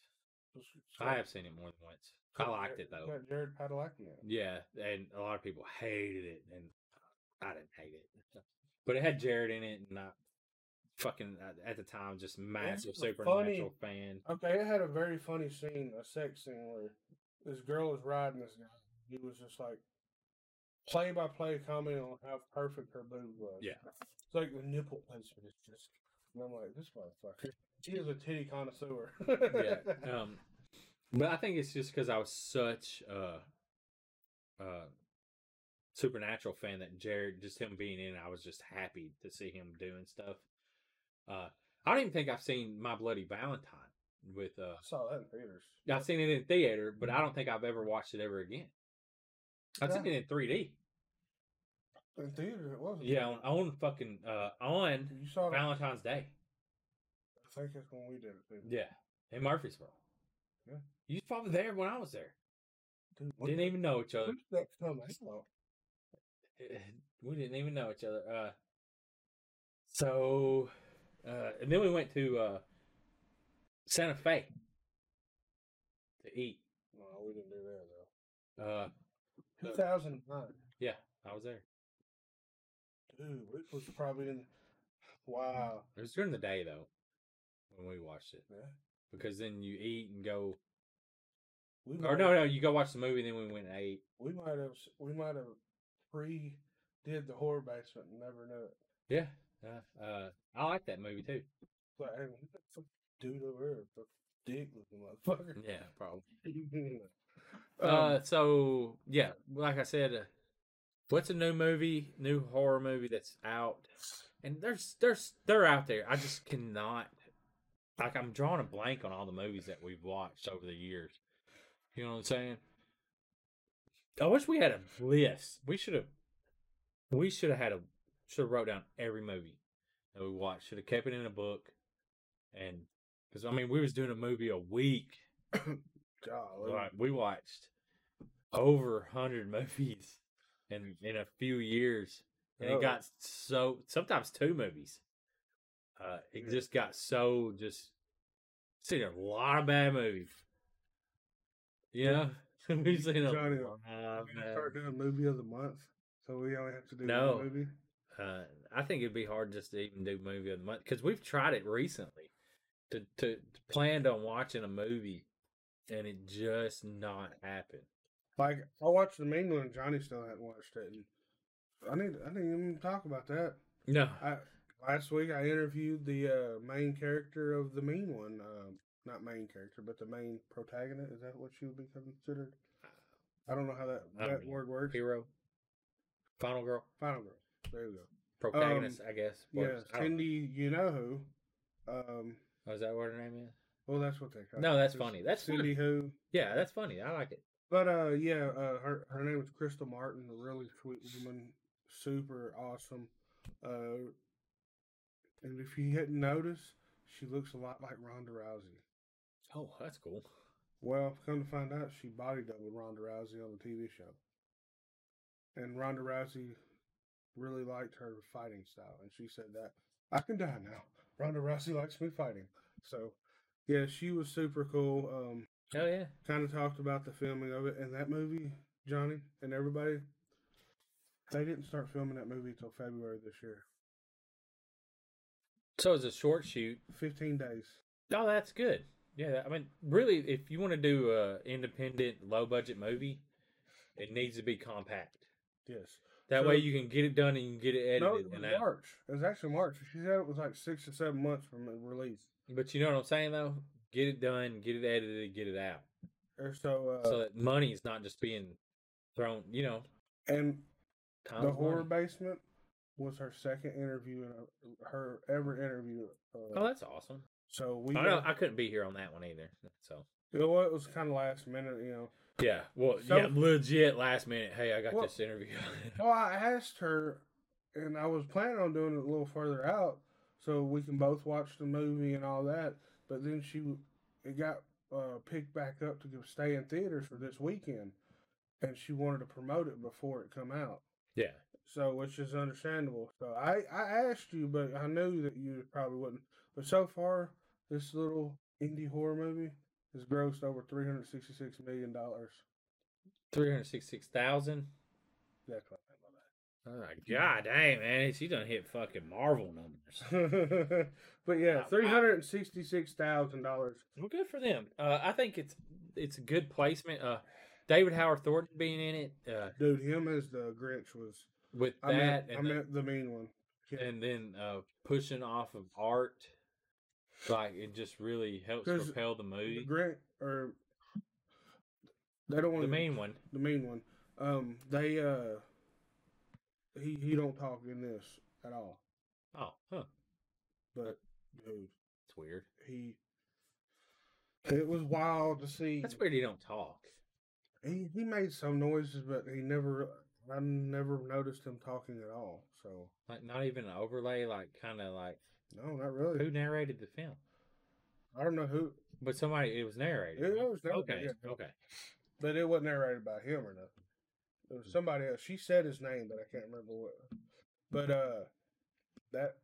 Speaker 4: It's- it's
Speaker 3: I
Speaker 4: got-
Speaker 3: have seen it more than once. I
Speaker 4: got
Speaker 3: liked
Speaker 4: Jar-
Speaker 3: it though.
Speaker 4: got Jared Padalecki in it.
Speaker 3: Yeah, and a lot of people hated it, and I didn't hate it, but it had Jared in it, and I fucking at- at the time just massive
Speaker 4: was funny.
Speaker 3: supernatural fan.
Speaker 4: Okay, it had a very funny scene, a sex scene where this girl is riding this guy. He was just like play by play comment on how perfect her boob was.
Speaker 3: Yeah.
Speaker 4: It's like the nipple placement is just. And I'm like, this motherfucker. He is a titty connoisseur.
Speaker 3: yeah. Um, but I think it's just because I was such a, uh supernatural fan that Jared, just him being in, it, I was just happy to see him doing stuff. Uh, I don't even think I've seen My Bloody Valentine with. uh
Speaker 4: I saw that in theaters.
Speaker 3: I've seen it in theater, but I don't think I've ever watched it ever again. I've seen
Speaker 4: Mm-hmm. Yeah.
Speaker 3: it in 3D.
Speaker 4: In theaters, it wasn't.
Speaker 3: Yeah, on, on fucking uh, on
Speaker 4: You saw it. I
Speaker 3: Valentine's Day.
Speaker 4: think that's when we did it. Dude.
Speaker 3: Yeah, in Murfreesboro.
Speaker 4: Yeah.
Speaker 3: You was probably there when I was there.
Speaker 4: Dude, when
Speaker 3: Didn't
Speaker 4: did-
Speaker 3: even know each other.
Speaker 4: when did that come out?
Speaker 3: we didn't even know each other. Uh, so, uh, and then we went to uh, Santa Fe to eat.
Speaker 4: No, we didn't do that though.
Speaker 3: Uh,
Speaker 4: Two thousand nine.
Speaker 3: yeah, I was there.
Speaker 4: Dude, it was probably in. Wow.
Speaker 3: It was during the day though when we watched it
Speaker 4: Yeah.
Speaker 3: because then you eat and go.
Speaker 4: We
Speaker 3: Or
Speaker 4: might
Speaker 3: no,
Speaker 4: have-
Speaker 3: no, you go watch the movie. Then we went and ate.
Speaker 4: We might have. s- We might have pre did the horror basement and never knew it.
Speaker 3: Yeah, uh, uh, I like that movie too.
Speaker 4: Like, hey, what the fuck dude over here, the dick looking motherfucker.
Speaker 3: Yeah, probably.
Speaker 4: Um,
Speaker 3: Mm. uh, so yeah, like I said, uh, what's a new movie, new horror movie that's out? And there's there's they're out there. I just cannot like I'm drawing a blank on all the movies that we've watched over the years. You know what I'm saying? I wish we had a list. We should have we should have had a should have wrote down every movie that we watched. Should have kept it in a book. And because I mean we was doing a movie a week
Speaker 4: golly.
Speaker 3: like we watched over 100 movies in in a few years and
Speaker 4: Oh.
Speaker 3: it got so sometimes two movies Uh, it
Speaker 4: Yeah.
Speaker 3: just got so just seen a lot of bad movies. You know, we've seen a
Speaker 4: Johnny,
Speaker 3: lot of
Speaker 4: We're gonna
Speaker 3: bad.
Speaker 4: start doing movie of the month, so we only have to do
Speaker 3: No.
Speaker 4: one movie.
Speaker 3: Uh, I think it'd be hard just to even do movie of the month because we've tried it recently to, to to planned on watching a movie, and it just not happened.
Speaker 4: Like I watched The Mingling, and Johnny still hadn't watched it. And I need I didn't even talk about that.
Speaker 3: No,
Speaker 4: I last week I interviewed the uh, main character of the mean one. Um, not main character, but the main protagonist. Is that what she would be considered? I don't know how that
Speaker 3: I don't
Speaker 4: that
Speaker 3: know.
Speaker 4: word works.
Speaker 3: hero, final girl,
Speaker 4: Final girl. There you go.
Speaker 3: protagonist, I guess. works. I don't
Speaker 4: Um, Yeah,
Speaker 3: know.
Speaker 4: Cindy, you know who. Um,
Speaker 3: Oh, is that what her name is?
Speaker 4: well, that's what they call.
Speaker 3: No,
Speaker 4: her.
Speaker 3: that's
Speaker 4: It's
Speaker 3: funny. That's
Speaker 4: Uh,
Speaker 3: funny.
Speaker 4: Cindy who.
Speaker 3: Yeah, that's funny. I like it.
Speaker 4: But uh, yeah, uh, her her name is Crystal Martin, a really sweet woman, super awesome. Uh, and if you hadn't noticed, she looks a lot like Ronda Rousey.
Speaker 3: Oh, that's cool.
Speaker 4: Well, come to find out, she body doubled Ronda Rousey on the TV show, and Ronda Rousey really liked her fighting style, and she said that I can die now. Ronda Rousey likes me fighting, so yeah, she was super cool. Um,
Speaker 3: Oh yeah.
Speaker 4: kind of talked about the filming of it and that movie, Johnny and everybody. They didn't start filming that movie until February this year.
Speaker 3: So it's a short shoot.
Speaker 4: Fifteen days.
Speaker 3: Oh, that's good. Yeah, that- I mean, really, if you want to do a independent, low budget movie, it needs to be compact.
Speaker 4: Yes.
Speaker 3: That
Speaker 4: So-
Speaker 3: way, you can get it done and you can get it edited.
Speaker 4: No, it was
Speaker 3: and out.
Speaker 4: March. It was actually March. She said it was like six to seven months from the release.
Speaker 3: But you know what I'm saying, though. Get it done, get it edited, get it out,
Speaker 4: Or so, uh,
Speaker 3: so that money is not just being thrown. You know,
Speaker 4: and
Speaker 3: times
Speaker 4: the
Speaker 3: money.
Speaker 4: horror basement was her second interview, in a, her ever interview. Uh,
Speaker 3: Oh, that's awesome.
Speaker 4: so we,
Speaker 3: I know
Speaker 4: got-
Speaker 3: I couldn't be here on that one either. So
Speaker 4: you know what? It was kind of last minute, you know.
Speaker 3: yeah, well,
Speaker 4: So-
Speaker 3: yeah, legit last minute. Hey, I got
Speaker 4: Well-
Speaker 3: this interview.
Speaker 4: Well, I asked her, and I was planning on doing it a little further out so we can both watch the movie and all that. But then she, it got uh, picked back up to go stay in theaters for this weekend, and she wanted to promote it before it come out.
Speaker 3: yeah.
Speaker 4: So, which is understandable. So, I I asked you, but I knew that you probably wouldn't. But so far, this little indie horror movie has grossed over three hundred sixty six million dollars.
Speaker 3: Three hundred sixty-six thousand.
Speaker 4: That's what I love that.
Speaker 3: Oh my god, dang man, she done hit fucking Marvel numbers.
Speaker 4: but yeah,
Speaker 3: Wow.
Speaker 4: three hundred and sixty-six thousand dollars.
Speaker 3: Well, good for them. Uh, I think it's it's a good placement. Uh, David Howard Thornton being in it uh,
Speaker 4: Dude, him as the Grinch was.
Speaker 3: with
Speaker 4: I meant,
Speaker 3: that,
Speaker 4: I
Speaker 3: and, the-
Speaker 4: meant the mean one. yeah.
Speaker 3: and then uh, pushing off of art, like it just really helps
Speaker 4: 'Cause
Speaker 3: propel the movie.
Speaker 4: The Grinch, or they don't want
Speaker 3: The main one,
Speaker 4: the mean one. Um, they uh, he he don't talk in this at all.
Speaker 3: oh, huh,
Speaker 4: But dude,
Speaker 3: it's weird.
Speaker 4: he. It was wild to see.
Speaker 3: That's weird. He don't talk.
Speaker 4: He he made some noises, but he never. I never noticed him talking at all. So
Speaker 3: Like not even an overlay. Like kind of like
Speaker 4: no, not really.
Speaker 3: who narrated the film?
Speaker 4: I don't know who.
Speaker 3: But somebody it was narrated.
Speaker 4: It
Speaker 3: right?
Speaker 4: was narrated,
Speaker 3: okay,
Speaker 4: yeah.
Speaker 3: okay.
Speaker 4: But it wasn't narrated by him or nothing. It
Speaker 3: Hmm.
Speaker 4: was somebody else. She said his name, but I can't remember what. But uh, that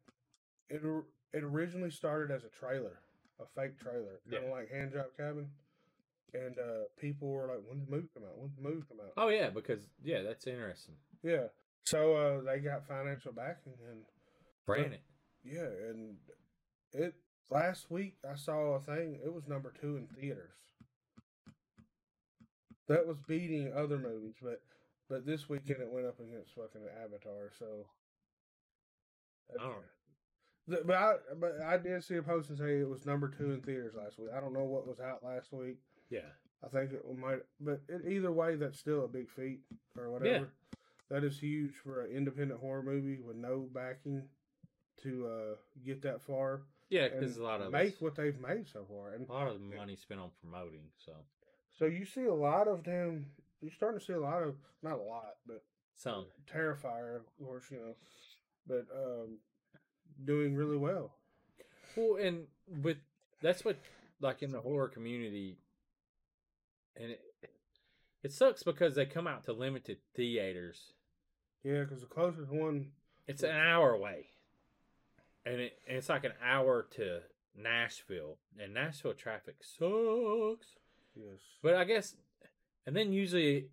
Speaker 4: it or- it originally started as a trailer, a fake trailer, kind of like Hand Job Cabin, and uh, people were like, "When's the movie come out? When's the movie come out?"
Speaker 3: Oh yeah, because yeah, that's interesting.
Speaker 4: Yeah. So uh, they got financial backing, and
Speaker 3: Ran it.
Speaker 4: yeah, and it last week I saw a thing. It was number two in theaters. That was beating other movies, but but this weekend it went up against fucking Avatar. So,
Speaker 3: Oh.
Speaker 4: The- but I but I did see a post and say it was number two in theaters last week. I don't know what was out last week.
Speaker 3: Yeah.
Speaker 4: I think it might, but it, either way, that's still a big feat or whatever. That is huge for an independent horror movie with no backing to uh, get that far.
Speaker 3: Yeah,
Speaker 4: and
Speaker 3: because a lot of
Speaker 4: make
Speaker 3: us-
Speaker 4: what they've made so far. And
Speaker 3: a lot of the money spent on promoting. So
Speaker 4: so you see a lot of them. You're starting to see a lot of not a lot, but
Speaker 3: some
Speaker 4: Terrifier, of course, you know, but um, doing really well.
Speaker 3: well, and with that's what like in the horror community, and it it sucks because they come out to limited theaters.
Speaker 4: Yeah, because the closest one,
Speaker 3: It's an hour away, and, it, and it's like an hour to Nashville, and Nashville traffic sucks.
Speaker 4: Yes.
Speaker 3: But I guess, and then usually,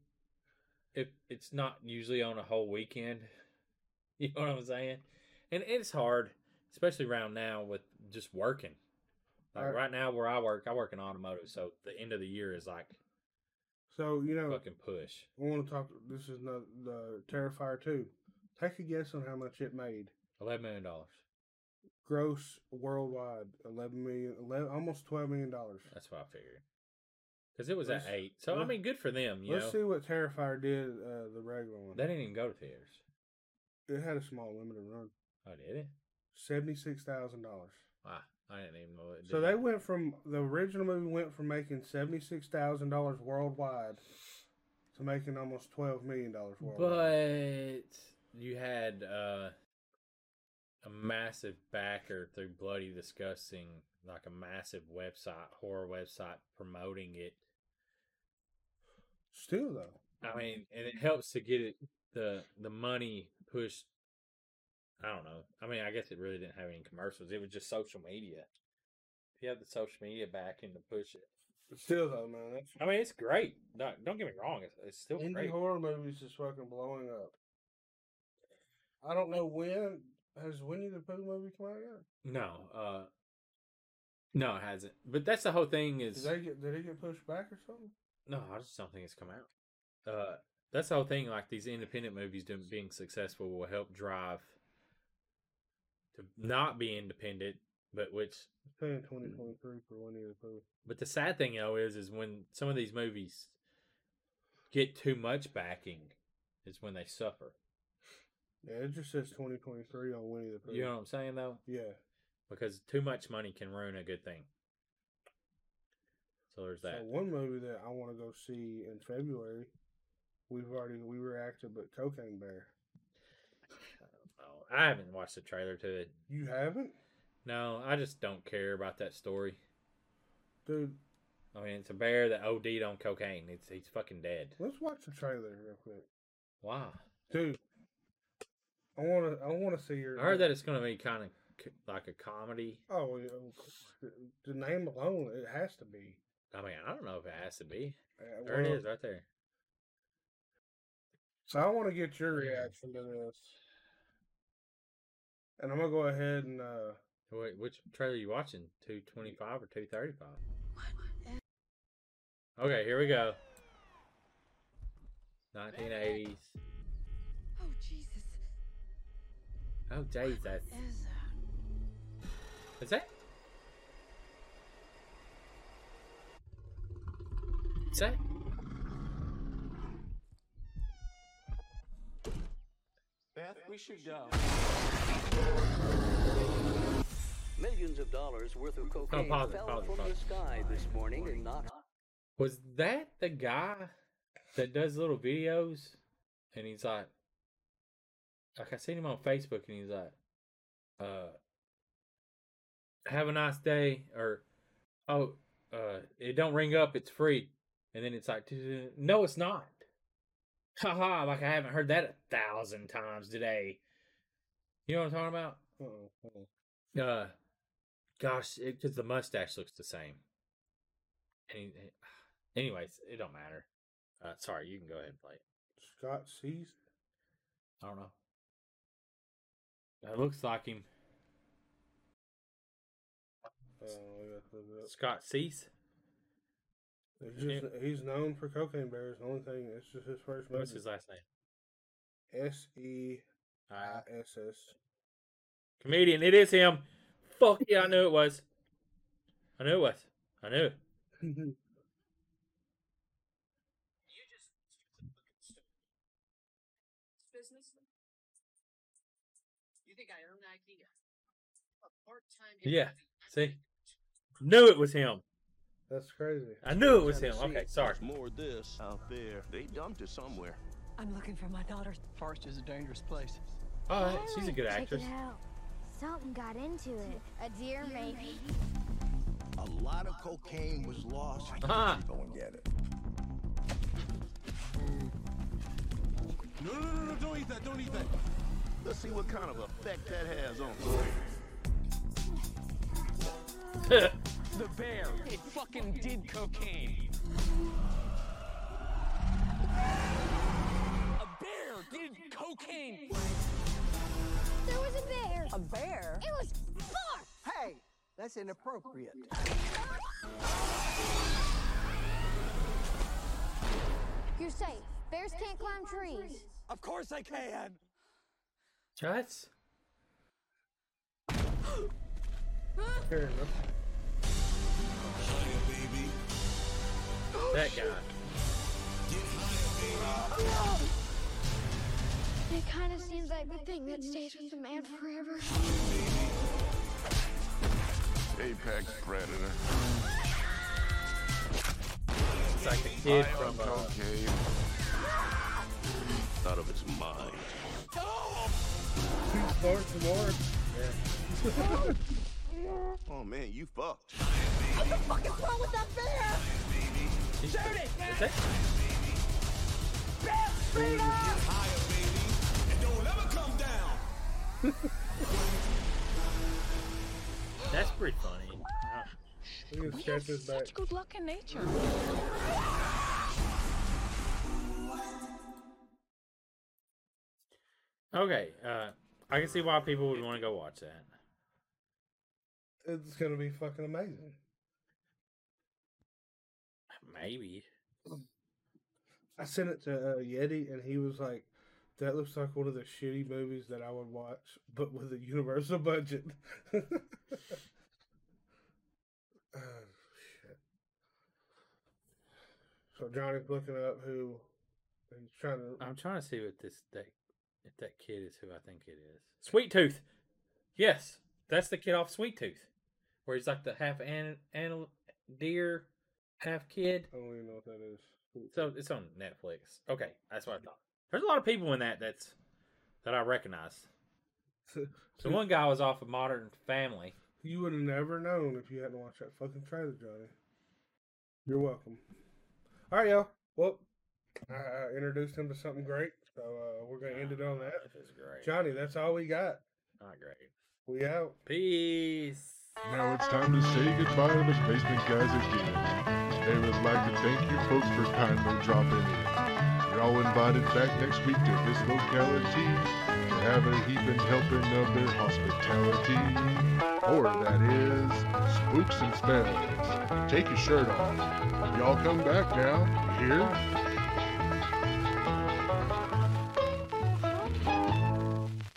Speaker 3: if it's not usually on a whole weekend, you know what I'm saying? And it's hard, especially around now with just working. Like
Speaker 4: Right.
Speaker 3: right now, where I work, I work in automotive, so the end of the year is like
Speaker 4: So you know,
Speaker 3: fucking push.
Speaker 4: I want to talk. This is not the Terrifier two. Take a guess on how much it made.
Speaker 3: Eleven million dollars.
Speaker 4: Gross worldwide, eleven million, 11, almost twelve million dollars.
Speaker 3: That's what I figured. Because it was
Speaker 4: Let's-
Speaker 3: at eight, so I
Speaker 4: let-
Speaker 3: mean, good for them. You
Speaker 4: Let's
Speaker 3: know,
Speaker 4: see what Terrifier did. Uh, the regular one.
Speaker 3: they didn't even go to theaters.
Speaker 4: it had a small limited run.
Speaker 3: Oh, did it?
Speaker 4: Seventy six thousand dollars.
Speaker 3: Wow, I didn't even know it.
Speaker 4: So
Speaker 3: did
Speaker 4: they
Speaker 3: that.
Speaker 4: went from the original movie went from making seventy six thousand dollars worldwide to making almost twelve million dollars worldwide.
Speaker 3: But you had uh, a massive backer through Bloody Disgusting, like a massive website, horror website promoting it.
Speaker 4: still though,
Speaker 3: I mean, and it helps to get it the the money pushed. I don't know. I mean, I guess it really didn't have any commercials. It was just social media. If you have the social media backing to push it,
Speaker 4: still though, man, that's
Speaker 3: I mean, it's great. Don't, don't get me wrong. It's, it's still
Speaker 4: Indie
Speaker 3: great.
Speaker 4: horror movies is fucking blowing up. I don't know when has Winnie the Pooh movie come out yet?
Speaker 3: No, uh, no, it hasn't. But that's the whole thing. Is
Speaker 4: Did they get did it get pushed back or something?
Speaker 3: No, I just don't think it's come out. Uh, that's the whole thing. Like these independent movies doing, being successful will help drive to not be independent. But which,
Speaker 4: It's saying twenty
Speaker 3: Mm.
Speaker 4: twenty three for Winnie the Pooh.
Speaker 3: but the sad thing though is, is when some of these movies get too much backing, is when they suffer.
Speaker 4: Yeah, it just says twenty twenty three on Winnie the Pooh.
Speaker 3: You know what I'm saying though?
Speaker 4: Yeah.
Speaker 3: Because too much money can ruin a good thing. So there's that.
Speaker 4: So one movie that I want to go see in February, we've already we reacted, but Cocaine Bear.
Speaker 3: Oh, I haven't watched the trailer to it.
Speaker 4: You haven't,
Speaker 3: No, I just don't care about that story.
Speaker 4: dude?
Speaker 3: I mean, it's a bear that OD'd on cocaine. It's he's fucking dead.
Speaker 4: Let's watch the trailer real quick,
Speaker 3: Wow.
Speaker 4: dude. I want to. I want to see your.
Speaker 3: I heard that it's going to be kind of like a comedy.
Speaker 4: Oh, yeah, of course. The- the name alone, it has to be.
Speaker 3: I mean, I don't know if it has to be.
Speaker 4: Uh,
Speaker 3: There it
Speaker 4: well,
Speaker 3: is, right there.
Speaker 4: So I want to get your reaction to this, and I'm gonna go ahead and. uh
Speaker 3: Wait, which trailer you watching? Two twenty five or two thirty five? Okay, here we go. Nineteen eighties.
Speaker 5: Oh, Jesus.
Speaker 3: Oh Jesus,
Speaker 5: Is that?
Speaker 3: is that? Is that?
Speaker 6: Millions of dollars worth of cocaine
Speaker 3: pause it,
Speaker 6: fell
Speaker 3: pause it,
Speaker 6: from
Speaker 3: pause
Speaker 6: the
Speaker 3: it.
Speaker 6: sky this morning and knocked
Speaker 3: Was that the guy that does little videos? And he's like, like I seen him on Facebook, and he's like, uh, have a nice day, or oh, uh, it don't ring up, it's free. And then it's like, no, it's not. Haha, like I haven't heard that a thousand times today. You know what I'm talking about?
Speaker 4: uh-oh, uh-oh.
Speaker 3: Uh, gosh, because the mustache looks the same. Any, anyways, it don't matter. Uh, sorry, you can go ahead and play it.
Speaker 4: Scott sees.
Speaker 3: I don't know. That looks like him.
Speaker 4: Oh, I gotta look it up.
Speaker 3: Scott Cease.
Speaker 4: It's just, he's known for cocaine bears. The only thing, it's just his first
Speaker 3: What's his
Speaker 4: movie.
Speaker 3: last name?
Speaker 4: S E I S S.
Speaker 3: Comedian. It is him. Fuck yeah, I knew it was. I knew it was. I knew. it.
Speaker 7: business? You think I own idea? A part-time.
Speaker 3: Yeah,
Speaker 7: employee.
Speaker 3: see? Knew it was him.
Speaker 4: That's crazy.
Speaker 3: I knew it was him. Okay, sorry.
Speaker 8: More of this out there. They dumped it somewhere.
Speaker 5: I'm looking for my daughter.
Speaker 6: Forest is a dangerous place.
Speaker 3: All right, she's a good
Speaker 9: Check
Speaker 3: actress.
Speaker 9: it out. Something got into it. A deer, maybe.
Speaker 8: A lot of cocaine was lost.
Speaker 3: Ah,
Speaker 8: Go and get it. No, no, no, no, don't eat that, don't eat that. Let's see what kind of effect that has on
Speaker 10: The bear. It fucking did cocaine. A bear did cocaine.
Speaker 9: There was a bear.
Speaker 5: A bear?
Speaker 9: It was bark.
Speaker 8: Hey, that's inappropriate.
Speaker 9: You're safe. Bears can't climb trees.
Speaker 10: Of course I can.
Speaker 3: That's
Speaker 4: Fair enough.
Speaker 3: that guy.
Speaker 9: It kind of seems like the thing that stays with the man forever.
Speaker 11: Apex Predator.
Speaker 3: It's like the kid from uh,
Speaker 11: Okay. Out of its mind.
Speaker 4: Start tomorrow.
Speaker 11: Oh man, you fucked.
Speaker 3: he's- is that- That's pretty funny.
Speaker 4: We can scratch his back.
Speaker 5: Good luck in nature.
Speaker 3: Okay, uh, I can see why people would want to go watch that.
Speaker 4: It's gonna be fucking amazing.
Speaker 3: Maybe.
Speaker 4: I sent it to uh, Yeti, and he was like, "That looks like one of the shitty movies that I would watch, but with a Universal budget." oh, shit. So Johnny's looking up who he's trying to.
Speaker 3: I'm trying to see what this that if that kid is who I think it is. Sweet Tooth. Yes, that's the kid off Sweet Tooth, where he's like the half an, an deer, half kid.
Speaker 4: I don't even know what that is.
Speaker 3: So it's on Netflix. Okay, that's what I thought. There's a lot of people in that that's that I recognize. The one guy was off of Modern Family.
Speaker 4: You would have never known if you hadn't watched that fucking trailer, Johnny. You're welcome. All right, y'all. Well, I, I introduced him to something great, so uh, we're gonna end it on that.
Speaker 3: This is great.
Speaker 4: Johnny, that's all we got.
Speaker 3: Not great.
Speaker 4: We out.
Speaker 3: Peace.
Speaker 11: Now it's time to say goodbye to the basement guys again. They would like to thank you folks for kindly dropping in. You're all invited back next week to this locality to have a heaping helping of their hospitality. Or that is, spooks and spells. Take your shirt off. Y'all come back now. You hear?